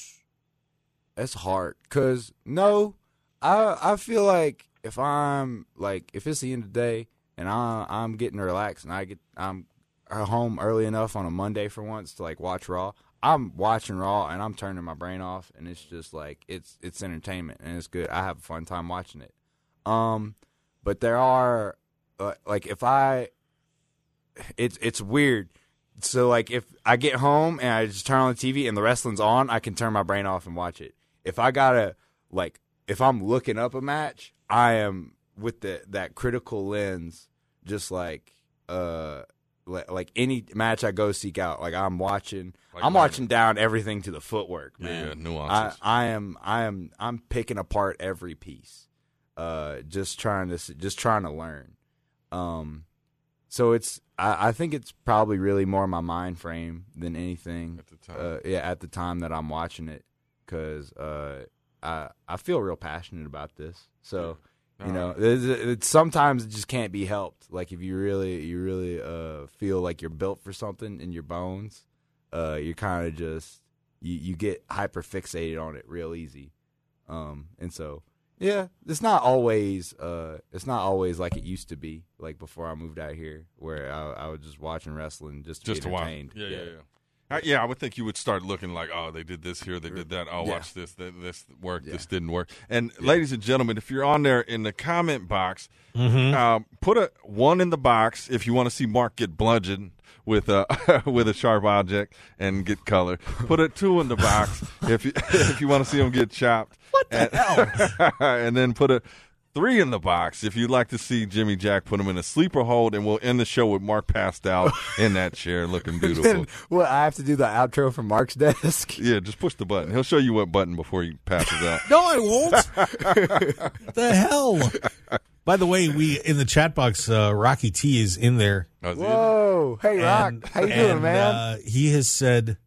Speaker 4: that's hard because no, I I feel like if I'm like if it's the end of the day and I I'm getting relaxed and I get I'm home early enough on a Monday for once to like watch Raw. I'm watching Raw and I'm turning my brain off and it's just like it's it's entertainment and it's good. I have a fun time watching it. Um, but there are uh, like if I it's it's weird. So like if I get home and I just turn on the TV and the wrestling's on, I can turn my brain off and watch it. If I gotta like if I'm looking up a match, I am with the that critical lens, just like uh li- like any match I go seek out, like I'm watching,
Speaker 3: Like
Speaker 4: I'm
Speaker 3: mine.
Speaker 4: watching down everything to the footwork, man.
Speaker 3: Yeah, nuances.
Speaker 4: I, I am I am I'm picking apart every piece. Uh just trying to s- just trying to learn. Um so it's I, I think it's probably really more my mind frame than anything.
Speaker 3: At the time.
Speaker 4: Uh, yeah, at the time that I'm watching it cuz uh I I feel real passionate about this. So
Speaker 3: Uh-huh.
Speaker 4: you know, there's- it's, sometimes it just can't be helped. Like if you really, you really uh, feel like you're built for something in your bones, uh, you're kind of just you, you get hyper fixated on it real easy. Um, and so yeah, it's not always uh, it's not always like it used to be. Like before I moved out here, where I, I was just watching wrestling just to
Speaker 3: just
Speaker 4: be
Speaker 3: to watch.
Speaker 4: entertained.
Speaker 3: Yeah, yeah, yeah. I, yeah, I would think you would start looking like, oh, they did this here, they did that. Oh,
Speaker 4: Yeah.
Speaker 3: watch this, th- this worked, this didn't work. And ladies and gentlemen, if you're on there in the comment box, um, put a one in the box if you want to see Mark get bludgeoned with a with a sharp object and get color. Put a two in the box if you if you want to see him get chopped. What the and, hell? and then put a three in the box if you'd like to see Jimmy Jack put him in a sleeper hold, and we'll end the show with Mark passed out in that chair looking beautiful.
Speaker 4: well, I have to do the outro from Mark's desk.
Speaker 3: Yeah, just push the button. He'll show you what button before he passes out.
Speaker 2: No, I won't. the hell. By the way, we in the chat box, uh, Rocky T is in there.
Speaker 3: Oh, is he in there?
Speaker 4: Whoa! Hey,
Speaker 2: And- and, Uh, he has said,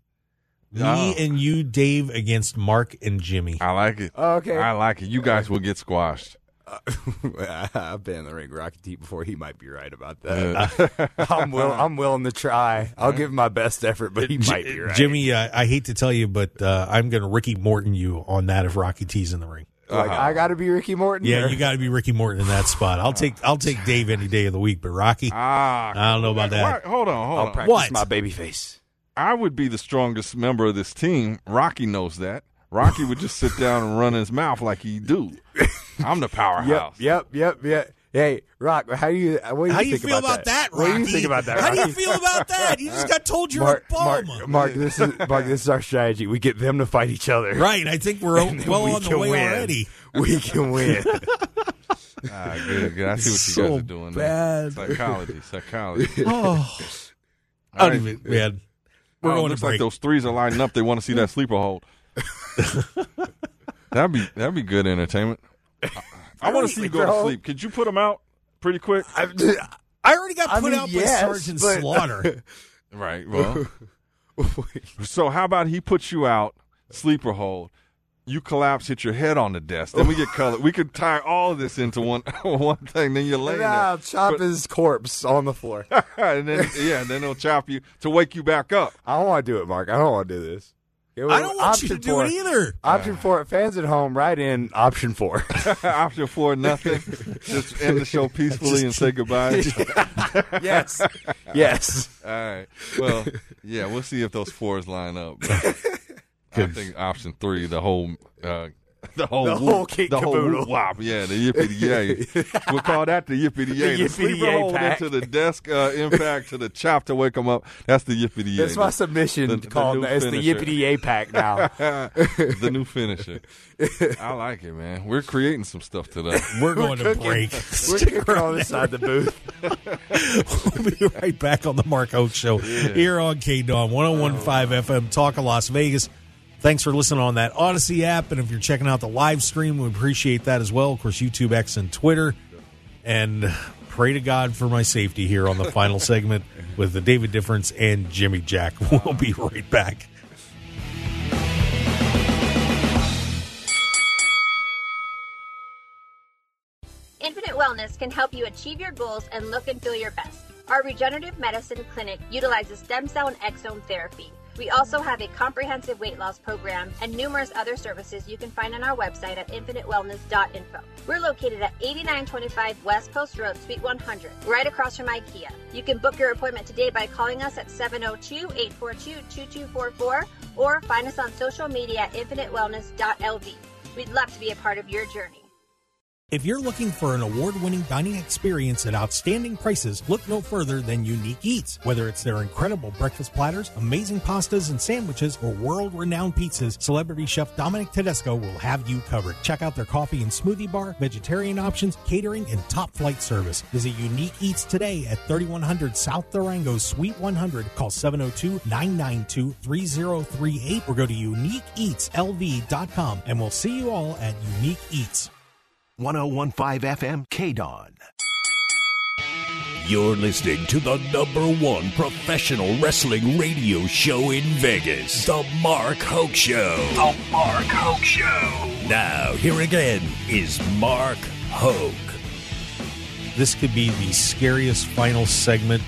Speaker 2: "Me
Speaker 3: Oh.
Speaker 2: and you, Dave, against Mark and Jimmy."
Speaker 3: I like it.
Speaker 4: Oh, Okay.
Speaker 3: I like it. You guys will get squashed.
Speaker 4: I- I've been in the ring with Rocky T before. He might be right about that. I'm will, I'm willing to try. I'll give my best effort, but he might be right.
Speaker 2: Jimmy, I, I hate to tell you, but uh, I'm going to Ricky Morton you on that if Rocky T's in the ring.
Speaker 4: like I got to be Ricky Morton.
Speaker 2: Yeah,
Speaker 4: or-
Speaker 2: you got to be Ricky Morton in that spot. I'll take I'll take Dave any day of the week, but Rocky,
Speaker 3: Ah,
Speaker 2: I don't know about that.
Speaker 3: why- hold on,
Speaker 4: I'll
Speaker 3: hold on.
Speaker 4: practice
Speaker 2: What?
Speaker 4: my baby face.
Speaker 3: I would be the strongest member of this team. Rocky knows that. Rocky would just sit down and run his mouth like he do. I'm the
Speaker 4: Yep,
Speaker 3: powerhouse.
Speaker 4: yep, yep, yep. Hey, Rock, how do you what do you
Speaker 2: How do
Speaker 4: think
Speaker 2: you feel about that, Rocky?
Speaker 4: What do you think about that?
Speaker 2: How do you
Speaker 4: Rocky?
Speaker 2: feel about that? You just got told you're
Speaker 4: Mark,
Speaker 2: a bum.
Speaker 4: Mark, Mark, this is Mark. This is our strategy. We get them to fight each other.
Speaker 2: Right, I think we're o-
Speaker 4: And then
Speaker 2: well
Speaker 4: we
Speaker 2: on the
Speaker 4: can
Speaker 2: way
Speaker 4: win.
Speaker 2: already.
Speaker 4: We can win.
Speaker 3: Ah, good, good. I see what
Speaker 2: So
Speaker 3: you guys are doing. there.
Speaker 2: bad.
Speaker 3: Psychology, psychology.
Speaker 2: Oh, I don't
Speaker 3: All right.
Speaker 2: even, man. We're
Speaker 3: Oh,
Speaker 2: going to
Speaker 3: looks
Speaker 2: break.
Speaker 3: like those threes are lining up. They want to see that sleeper hold. that'd be that'd be good entertainment. I want to see you go to
Speaker 4: Bro.
Speaker 3: sleep. Could you put him out pretty quick?
Speaker 2: I already got
Speaker 4: I
Speaker 2: put
Speaker 4: mean,
Speaker 2: out
Speaker 4: yes,
Speaker 2: by Sergeant
Speaker 4: but-
Speaker 2: Slaughter.
Speaker 3: Right. Well, so how about he puts you out, sleeper hold. You collapse, hit your head on the desk. Then we get color. We could tie all of this into one one thing. Then you're laying
Speaker 4: And
Speaker 3: there.
Speaker 4: I'll chop his corpse on the floor.
Speaker 3: and then yeah, and then they'll chop you to wake you back up.
Speaker 4: I don't want to do it, Mark. I don't want to do this. It
Speaker 2: I
Speaker 4: was
Speaker 2: don't want you to
Speaker 4: option
Speaker 2: do
Speaker 4: four.
Speaker 2: it either.
Speaker 4: Option four. Fans at home, right in option four.
Speaker 3: Option four, nothing. Just end the show peacefully and say goodbye.
Speaker 4: yes. Yes.
Speaker 3: All right. Well, yeah, we'll see if those fours line up. but I think option three, the whole, uh, the whole,
Speaker 4: The
Speaker 3: whoop-
Speaker 4: whole kit
Speaker 3: the whole
Speaker 4: caboodle.
Speaker 3: whoop wop. Yeah, the yippity yay. we'll call that the yippity yay.
Speaker 4: yippity yay pack.
Speaker 3: to the desk uh, impact to the chop to wake them up. That's the yippity yay.
Speaker 4: It's my submission
Speaker 3: The- the
Speaker 4: called.
Speaker 3: new
Speaker 4: it's the
Speaker 3: finisher.
Speaker 4: yippity yay pack now.
Speaker 3: the new finisher. I like it, man. We're creating some stuff today.
Speaker 2: We're going to break.
Speaker 4: We're
Speaker 2: Stick
Speaker 4: kicking on
Speaker 2: around.
Speaker 4: the side of the booth.
Speaker 2: We'll be right back on the Mark Oak Show here on oh K Dawn 1015 FM Talk of Las Vegas. Thanks for listening on that Odyssey app. And if you're checking out the live stream, we appreciate that as well. Of course, YouTube, X, and Twitter. And pray to God for my safety here on the final segment with the David Difference and Jimmy Jack. We'll be right back.
Speaker 5: Infinite Wellness can help you achieve your goals and look and feel your best. Our regenerative medicine clinic utilizes stem cell and exome therapy. We also have a comprehensive weight loss program and numerous other services you can find on our website at infinitewellness.info. We're located at 8925 West Post Road, Suite 100, right across from IKEA. You can book your appointment today by calling us at 702 842 2244 or find us on social media at infinitewellness.lv. We'd love to be a part of your journey.
Speaker 2: If you're looking for an award winning dining experience at outstanding prices, look no further than Unique Eats. Whether it's their incredible breakfast platters, amazing pastas and sandwiches, or world renowned pizzas, celebrity chef Dominic Tedesco will have you covered. Check out their coffee and smoothie bar, vegetarian options, catering, and top flight service. Visit Unique Eats today at 3100 South Durango, Suite 100. Call 702 992 3038 or go to uniqueeatslv.com and we'll see you all at Unique Eats.
Speaker 6: 1015 FM K Don.
Speaker 1: You're listening to the number one professional wrestling radio show in Vegas, The Mark Hoke Show. The Mark Hoke Show. Now, here again is Mark Hoke.
Speaker 2: this could be the scariest final segment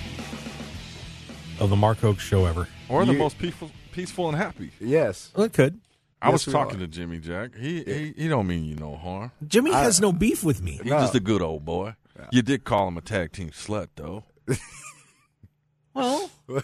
Speaker 2: of the Mark Oak show ever.
Speaker 3: Or the
Speaker 4: You-
Speaker 3: most peaceful, peaceful and happy.
Speaker 4: Yes.
Speaker 2: Well, it could.
Speaker 3: I
Speaker 4: Yes,
Speaker 3: was
Speaker 4: we
Speaker 3: talking
Speaker 4: are.
Speaker 3: to Jimmy Jack. He, he he don't mean you no harm.
Speaker 2: Jimmy has no beef with me.
Speaker 3: He's just a good old boy. You did call him a tag team slut, though.
Speaker 2: Well,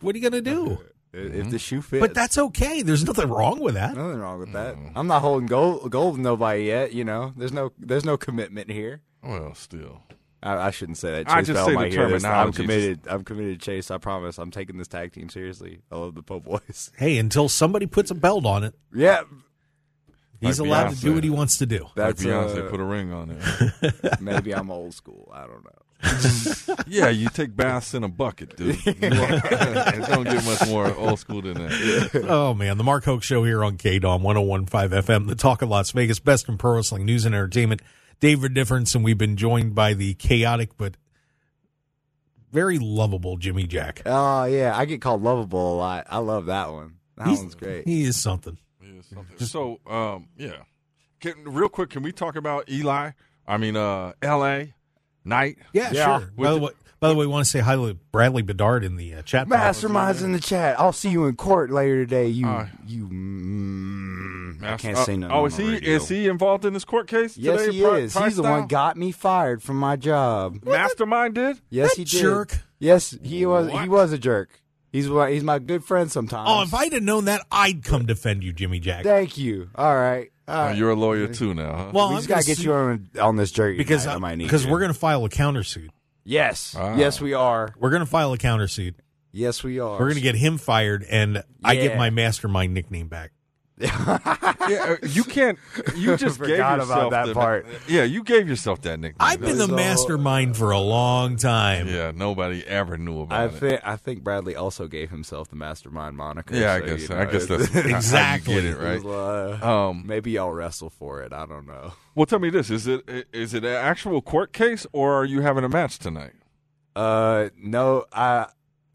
Speaker 2: what are you going to do?
Speaker 4: If the shoe fits.
Speaker 2: But that's okay. There's nothing wrong with that.
Speaker 4: Nothing wrong with that. I'm not holding gold, gold with nobody yet. You know, there's no, there's no commitment here.
Speaker 3: Well, still.
Speaker 4: I, I shouldn't say that. Chase
Speaker 3: I just
Speaker 4: Bell
Speaker 3: say
Speaker 4: might
Speaker 3: the
Speaker 4: hear this. I'm
Speaker 3: terminology,
Speaker 4: committed. I'm committed, Chase. I promise. I'm taking this tag team seriously. I love the Po' Boys.
Speaker 2: Hey, until somebody puts a belt on it,
Speaker 4: yeah,
Speaker 2: he's
Speaker 3: Like
Speaker 2: allowed
Speaker 3: Beyonce.
Speaker 2: to do what he wants to do.
Speaker 3: Like
Speaker 4: that's
Speaker 3: Beyonce
Speaker 4: uh,
Speaker 3: put a ring on it.
Speaker 4: maybe I'm old school. I don't know.
Speaker 3: yeah, you take baths in a bucket, dude. it don't get much more old school than that.
Speaker 2: Oh, man. The Mark Hoke Show here on KDOM 1015 FM, the talk of Las Vegas, best in pro wrestling news and entertainment. David Difference, and we've been joined by the chaotic but very lovable Jimmy Jack.
Speaker 4: Oh yeah, I get called lovable a lot. I love that one. That
Speaker 2: He's-
Speaker 4: one's great.
Speaker 2: He is something.
Speaker 3: Yeah, something. So, um, yeah. Can, real quick, can we talk about Eli? I mean, uh, L.A. Knight.
Speaker 2: Yeah,
Speaker 4: Yeah.
Speaker 2: sure. By the, way, by the way, want to say hi to Bradley Bedard in the uh, chat box.
Speaker 4: Masterminds in the chat. I'll see you in court later today. You,
Speaker 3: All right.
Speaker 4: you. Mm, I
Speaker 3: Mas-
Speaker 4: can't
Speaker 3: uh,
Speaker 4: say nothing.
Speaker 3: Oh,
Speaker 4: on
Speaker 3: is
Speaker 4: the
Speaker 3: he
Speaker 4: radio.
Speaker 3: is he involved in this court case?
Speaker 4: Yes,
Speaker 3: today?
Speaker 4: he
Speaker 3: Pri-
Speaker 4: is.
Speaker 3: Price
Speaker 4: He's the one
Speaker 3: down?
Speaker 4: got me fired from my job.
Speaker 3: Mastermind did.
Speaker 4: Yes,
Speaker 2: That
Speaker 4: he did.
Speaker 2: jerk.
Speaker 4: Yes, he was.
Speaker 3: What?
Speaker 4: He was a jerk. He's one- he's my good friend sometimes.
Speaker 2: Oh, if I'd have known that, I'd come defend you, Jimmy Jack.
Speaker 4: Thank you. All right. All
Speaker 3: Oh,
Speaker 4: right.
Speaker 3: you're a lawyer too now, huh?
Speaker 2: well,
Speaker 4: we
Speaker 2: I'm
Speaker 4: just gotta
Speaker 2: gonna
Speaker 4: get
Speaker 2: sue-
Speaker 4: you on on this jerk
Speaker 2: because
Speaker 4: tonight. I,
Speaker 2: I-
Speaker 4: might need
Speaker 2: because
Speaker 4: you.
Speaker 2: we're going to file a countersuit.
Speaker 4: yes
Speaker 3: Wow.
Speaker 4: yes we are
Speaker 2: We're going to file a countersuit.
Speaker 4: yes we are
Speaker 2: We're going to get him fired, and I get
Speaker 4: Yeah.
Speaker 2: my mastermind nickname back.
Speaker 3: yeah, uh, you can't. You just gave
Speaker 4: Forgot
Speaker 3: yourself
Speaker 4: about that
Speaker 3: the-
Speaker 4: part.
Speaker 3: Yeah, you gave yourself that nickname.
Speaker 2: I've been the mastermind for a long time.
Speaker 3: yeah, nobody ever knew about
Speaker 4: I
Speaker 3: it.
Speaker 4: think I think Bradley also gave himself the mastermind moniker.
Speaker 3: yeah, I
Speaker 4: so,
Speaker 3: guess.
Speaker 4: you know,
Speaker 3: I guess
Speaker 4: it's-
Speaker 3: that's how you
Speaker 2: Exactly.
Speaker 3: get it right.
Speaker 4: Uh,
Speaker 3: Um,
Speaker 4: maybe y'all wrestle for it. I don't know.
Speaker 3: well, tell me this: is it is it an actual court case, or are you having a match tonight?
Speaker 4: Uh, no, I.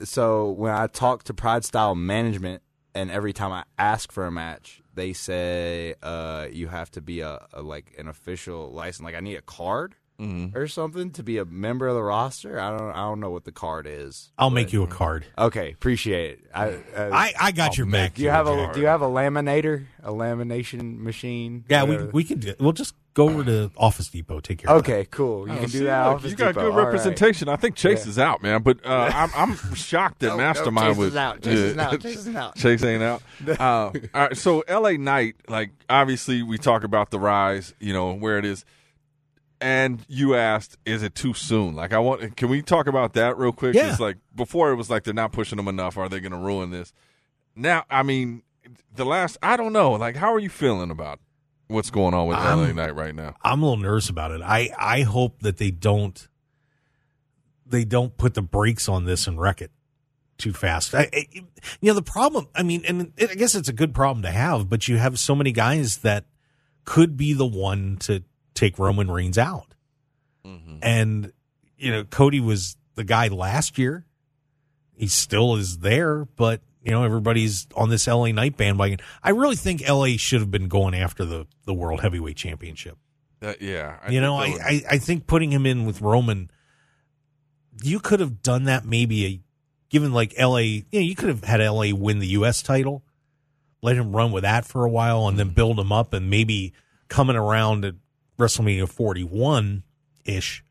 Speaker 4: So when I talked to Pride Style Management, and every time I ask for a match, they say, "Uh, you have to be a, a like an official license. Like I need a card
Speaker 3: Mm-hmm.
Speaker 4: or something to be a member of the roster. I don't. I don't know what the card is.
Speaker 2: I'll make you a card.
Speaker 4: Okay, appreciate it. I. Uh,
Speaker 2: I, I got your back.
Speaker 4: do you have a
Speaker 2: Jack.
Speaker 4: Do you have a laminator, a lamination machine?
Speaker 2: Yeah, we
Speaker 4: Whatever.
Speaker 2: we can do. We'll just go over to Office Depot. Take care. of that.
Speaker 4: Okay, cool. You
Speaker 3: Oh,
Speaker 4: can do
Speaker 3: see,
Speaker 4: that.
Speaker 3: look,
Speaker 4: Office
Speaker 3: you got
Speaker 4: Depot.
Speaker 3: good
Speaker 4: All right.
Speaker 3: representation. I think Chase is out, man. But uh, I'm, I'm shocked that
Speaker 4: No, no,
Speaker 3: Mastermind
Speaker 4: Chase
Speaker 3: was
Speaker 4: is out. Chase is out. Chase is out.
Speaker 3: Chase ain't out. Uh, all right, so L.A. Knight, like obviously we talk about the rise, you know where it is. And you asked, is it too soon? Like I want, can we talk about that real quick?
Speaker 2: Yeah.
Speaker 3: It's like before it was like they're not pushing them enough. Are they going to ruin this? Now, I mean, the last, I don't know. Like, how are you feeling about what's going on with L.A.
Speaker 2: I'm-
Speaker 3: Knight right now?
Speaker 2: I'm a little nervous about it. I I hope that they don't they don't put the brakes on this and wreck it too fast. I, I, you know the problem. I mean, and I guess it's a good problem to have, but you have so many guys that could be the one to take Roman Reigns out. And you know, Cody was the guy last year. He still is there, but you know, everybody's on this LA Knight bandwagon. I really think LA should have been going after the the World Heavyweight Championship
Speaker 3: That- Uh, yeah,
Speaker 2: you
Speaker 3: think
Speaker 2: know, I,
Speaker 3: that was-
Speaker 2: I, I think putting him in with Roman, you could have done that maybe a given like LA, you know, you could have had LA win the US title, let him run with that for a while and then build him up and maybe coming around at WrestleMania 41 ish,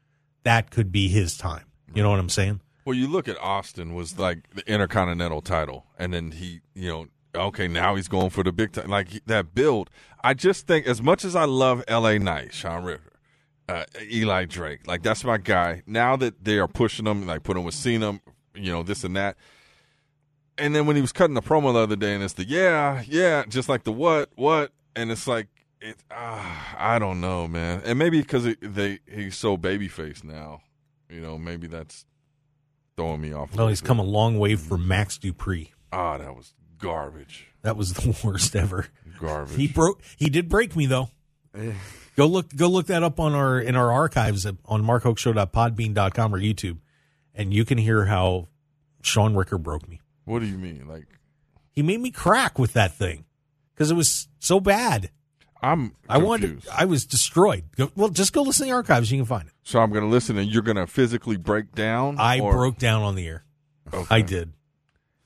Speaker 2: that could be his time. You know what I'm saying?
Speaker 3: Well, you look at Austin was like the Intercontinental title, and then he, you know, okay, now he's going for the big time. Like he- that build, I just think as much as I love L.A. Knight, Sean River, uh, Eli Drake, like that's my guy. Now that they are pushing him, like putting with Cena, you know, this and that. And then when he was cutting the promo the other day, and it's the yeah, yeah, just like the what, what, and it's like it. ah I don't know, man. And maybe because they he's so babyface now, you know, maybe that's throwing me off. a
Speaker 2: No,
Speaker 3: little
Speaker 2: he's
Speaker 3: bit.
Speaker 2: come a long way from Max Dupree.
Speaker 3: Ah, that was garbage.
Speaker 2: That was the worst ever.
Speaker 3: Garbage.
Speaker 2: He broke. He did break me though.
Speaker 3: Eh.
Speaker 2: go look. Go look that up on our in our archives at, on markhokeshow.podbean.com or YouTube, and you can hear how Sean Ricker broke me.
Speaker 3: what do you mean? Like
Speaker 2: He made me crack with that thing because it was so bad.
Speaker 3: I'm. Confused.
Speaker 2: I wanted. I was destroyed. Go, well, just go listen to the archives. You can find it.
Speaker 3: so I'm going to listen, and you're going to physically break down.
Speaker 2: I
Speaker 3: or-
Speaker 2: broke down on the air.
Speaker 3: Okay.
Speaker 2: I did.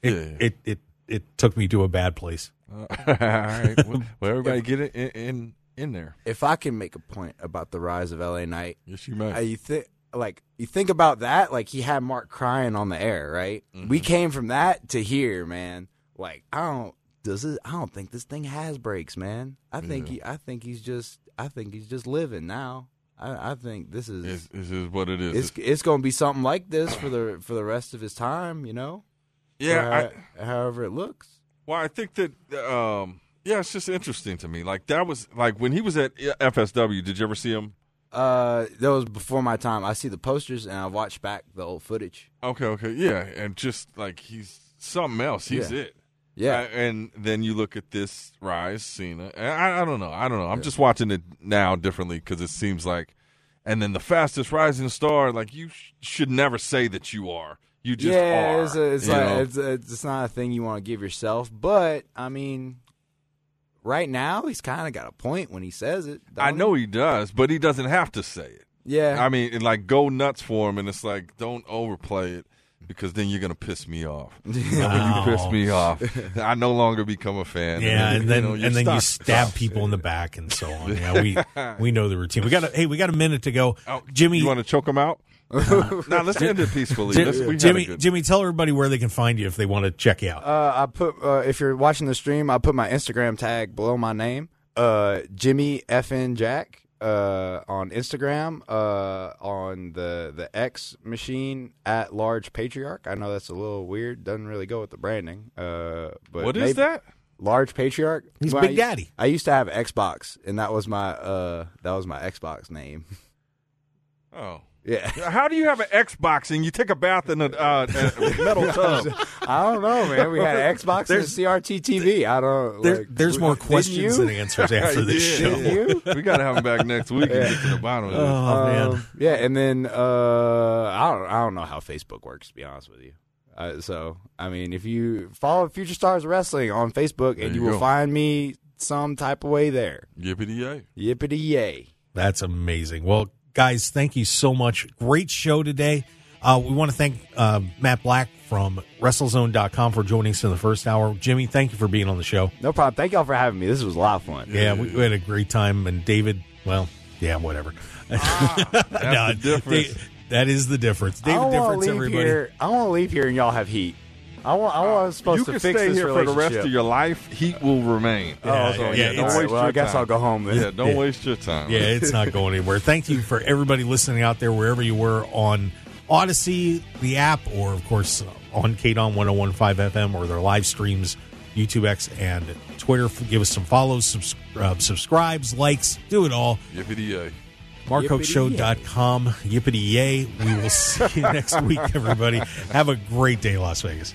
Speaker 2: It,
Speaker 3: Yeah.
Speaker 2: it it it took me to a bad place.
Speaker 3: Uh, all right. Well, well, everybody get it in, in in there.
Speaker 4: If I can make a point about the rise of LA Knight,
Speaker 3: Yes, you may.
Speaker 4: Uh, you think like you think about that like he had mark crying on the air right
Speaker 3: Mm-hmm.
Speaker 4: we came from that to here man like i don't does this i don't think this thing has breaks man i
Speaker 3: Mm.
Speaker 4: think he i think he's just i think he's just living now i, I think this is
Speaker 3: This this is what it is.
Speaker 4: it's, it's gonna be something like this for the for the rest of his time you know
Speaker 3: yeah. I,
Speaker 4: Or ho- however it looks
Speaker 3: well, I think that. Um, yeah, it's just interesting to me. Like that was like when he was at FSW. Did you ever see him?
Speaker 4: uh that was before my time i see the posters and i watch back the old footage
Speaker 3: Okay. Okay. Yeah, and just like he's something else. He's
Speaker 4: Yeah.
Speaker 3: it.
Speaker 4: yeah
Speaker 3: Uh, and then you look at this rise, Cena. and I, I don't know. I don't know. I'm just watching it now differently because it seems like, and then the fastest rising star. Like you sh- should never say that you are. You just
Speaker 4: yeah,
Speaker 3: are.
Speaker 4: it's a, it's
Speaker 3: you
Speaker 4: like
Speaker 3: know?
Speaker 4: it's, it's it's not a thing you want to give yourself, but I mean, right now he's kind of got a point when he says it.
Speaker 3: I
Speaker 4: don't
Speaker 3: know
Speaker 4: he?
Speaker 3: he does, but he doesn't have to say it.
Speaker 4: Yeah,
Speaker 3: I mean, and like go nuts for him, and it's like don't overplay it because then you're gonna piss me off.
Speaker 2: Wow.
Speaker 3: And when you piss me off, I no longer become a fan.
Speaker 2: Oh. Yeah, and then
Speaker 3: you know, you're
Speaker 2: and then you
Speaker 3: stuck. Oh.
Speaker 2: stab people in the back and so on. Yeah, we we know the routine. We got a, hey, we got a minute to go.
Speaker 3: Oh,
Speaker 2: Jimmy,
Speaker 3: you want to choke him out? now let's end it peacefully.
Speaker 2: Jim-
Speaker 3: Let's- we had a
Speaker 2: Jimmy,
Speaker 3: good- Oh,
Speaker 2: Jimmy, tell everybody where they can find you if they want to check you out.
Speaker 4: uh, I put uh, if you're watching the stream, I put my Instagram tag below my name, uh, Jimmy FN Jack, uh, on Instagram, uh, on the the X machine at large patriarch. I know that's a little weird, doesn't really go with the branding. Uh, but
Speaker 3: What is
Speaker 4: maybe-
Speaker 3: that?
Speaker 4: large patriarch.
Speaker 2: He's
Speaker 4: When
Speaker 2: Big
Speaker 4: I-
Speaker 2: Daddy.
Speaker 4: I used to have Xbox, and that was my uh that was my Xbox name.
Speaker 3: Oh.
Speaker 4: Yeah,
Speaker 3: How do you have an Xbox and you take a bath in a, uh, a metal tub?
Speaker 4: I don't know, man. We had an Xbox and a
Speaker 2: There's-
Speaker 4: CRT TV. I don't.
Speaker 2: There,
Speaker 4: like,
Speaker 2: there's
Speaker 4: we-
Speaker 2: more
Speaker 4: didn't
Speaker 2: questions
Speaker 4: you?
Speaker 2: than answers after this
Speaker 3: Yeah.
Speaker 2: show.
Speaker 4: Didn't you?
Speaker 3: we got to have him back next week and get to the bottom of this.
Speaker 2: Oh man,
Speaker 4: Um, yeah, and then uh, I don't I don't know how Facebook works to be honest with you. Uh, so I mean, if you follow Future Stars Wrestling on Facebook,
Speaker 3: There
Speaker 4: and
Speaker 3: you
Speaker 4: you,
Speaker 3: go.
Speaker 4: will find me some type of way there.
Speaker 3: Yippity yay.
Speaker 4: Yippity yay!
Speaker 2: that's amazing. Well, guys, thank you so much. Great show today. Uh, we want to thank uh, Matt Black from WrestleZone.com for joining us in the first hour. Jimmy, thank you for being on the show.
Speaker 4: No problem. Thank y'all for having me. This was a lot of fun.
Speaker 2: Yeah, we, we had a great time. And David, well, yeah, whatever.
Speaker 3: Ah, That's
Speaker 2: No,
Speaker 3: the difference.
Speaker 2: Da- that is the difference.
Speaker 4: I
Speaker 2: David
Speaker 4: don't wanna
Speaker 2: difference,
Speaker 4: leave
Speaker 2: everybody.
Speaker 4: Here, I want to leave here and y'all have heat. I want. I want us supposed
Speaker 3: you
Speaker 4: to
Speaker 3: can
Speaker 4: fix
Speaker 3: stay
Speaker 4: this
Speaker 3: here for the rest of
Speaker 4: relationship.
Speaker 3: your life. Heat will remain.
Speaker 2: Yeah,
Speaker 4: oh, okay.
Speaker 2: yeah,
Speaker 4: yeah,
Speaker 2: it's-
Speaker 4: don't
Speaker 2: All
Speaker 4: waste well, I
Speaker 3: your
Speaker 4: guess
Speaker 3: time.
Speaker 4: I'll go home then.
Speaker 3: Yeah, don't waste your time.
Speaker 2: Yeah, it's not going anywhere. Thank you for everybody listening out there, wherever you were on Odyssey, the app, or of course on KDON 1015 FM or their live streams, YouTube X and Twitter. Give us some follows, subs- uh, subscribes, likes, do it all.
Speaker 3: Yippity yay.
Speaker 2: MarkHoaxShow.com. Yippity yay. We will see you next week, everybody. Have a great day, Las Vegas.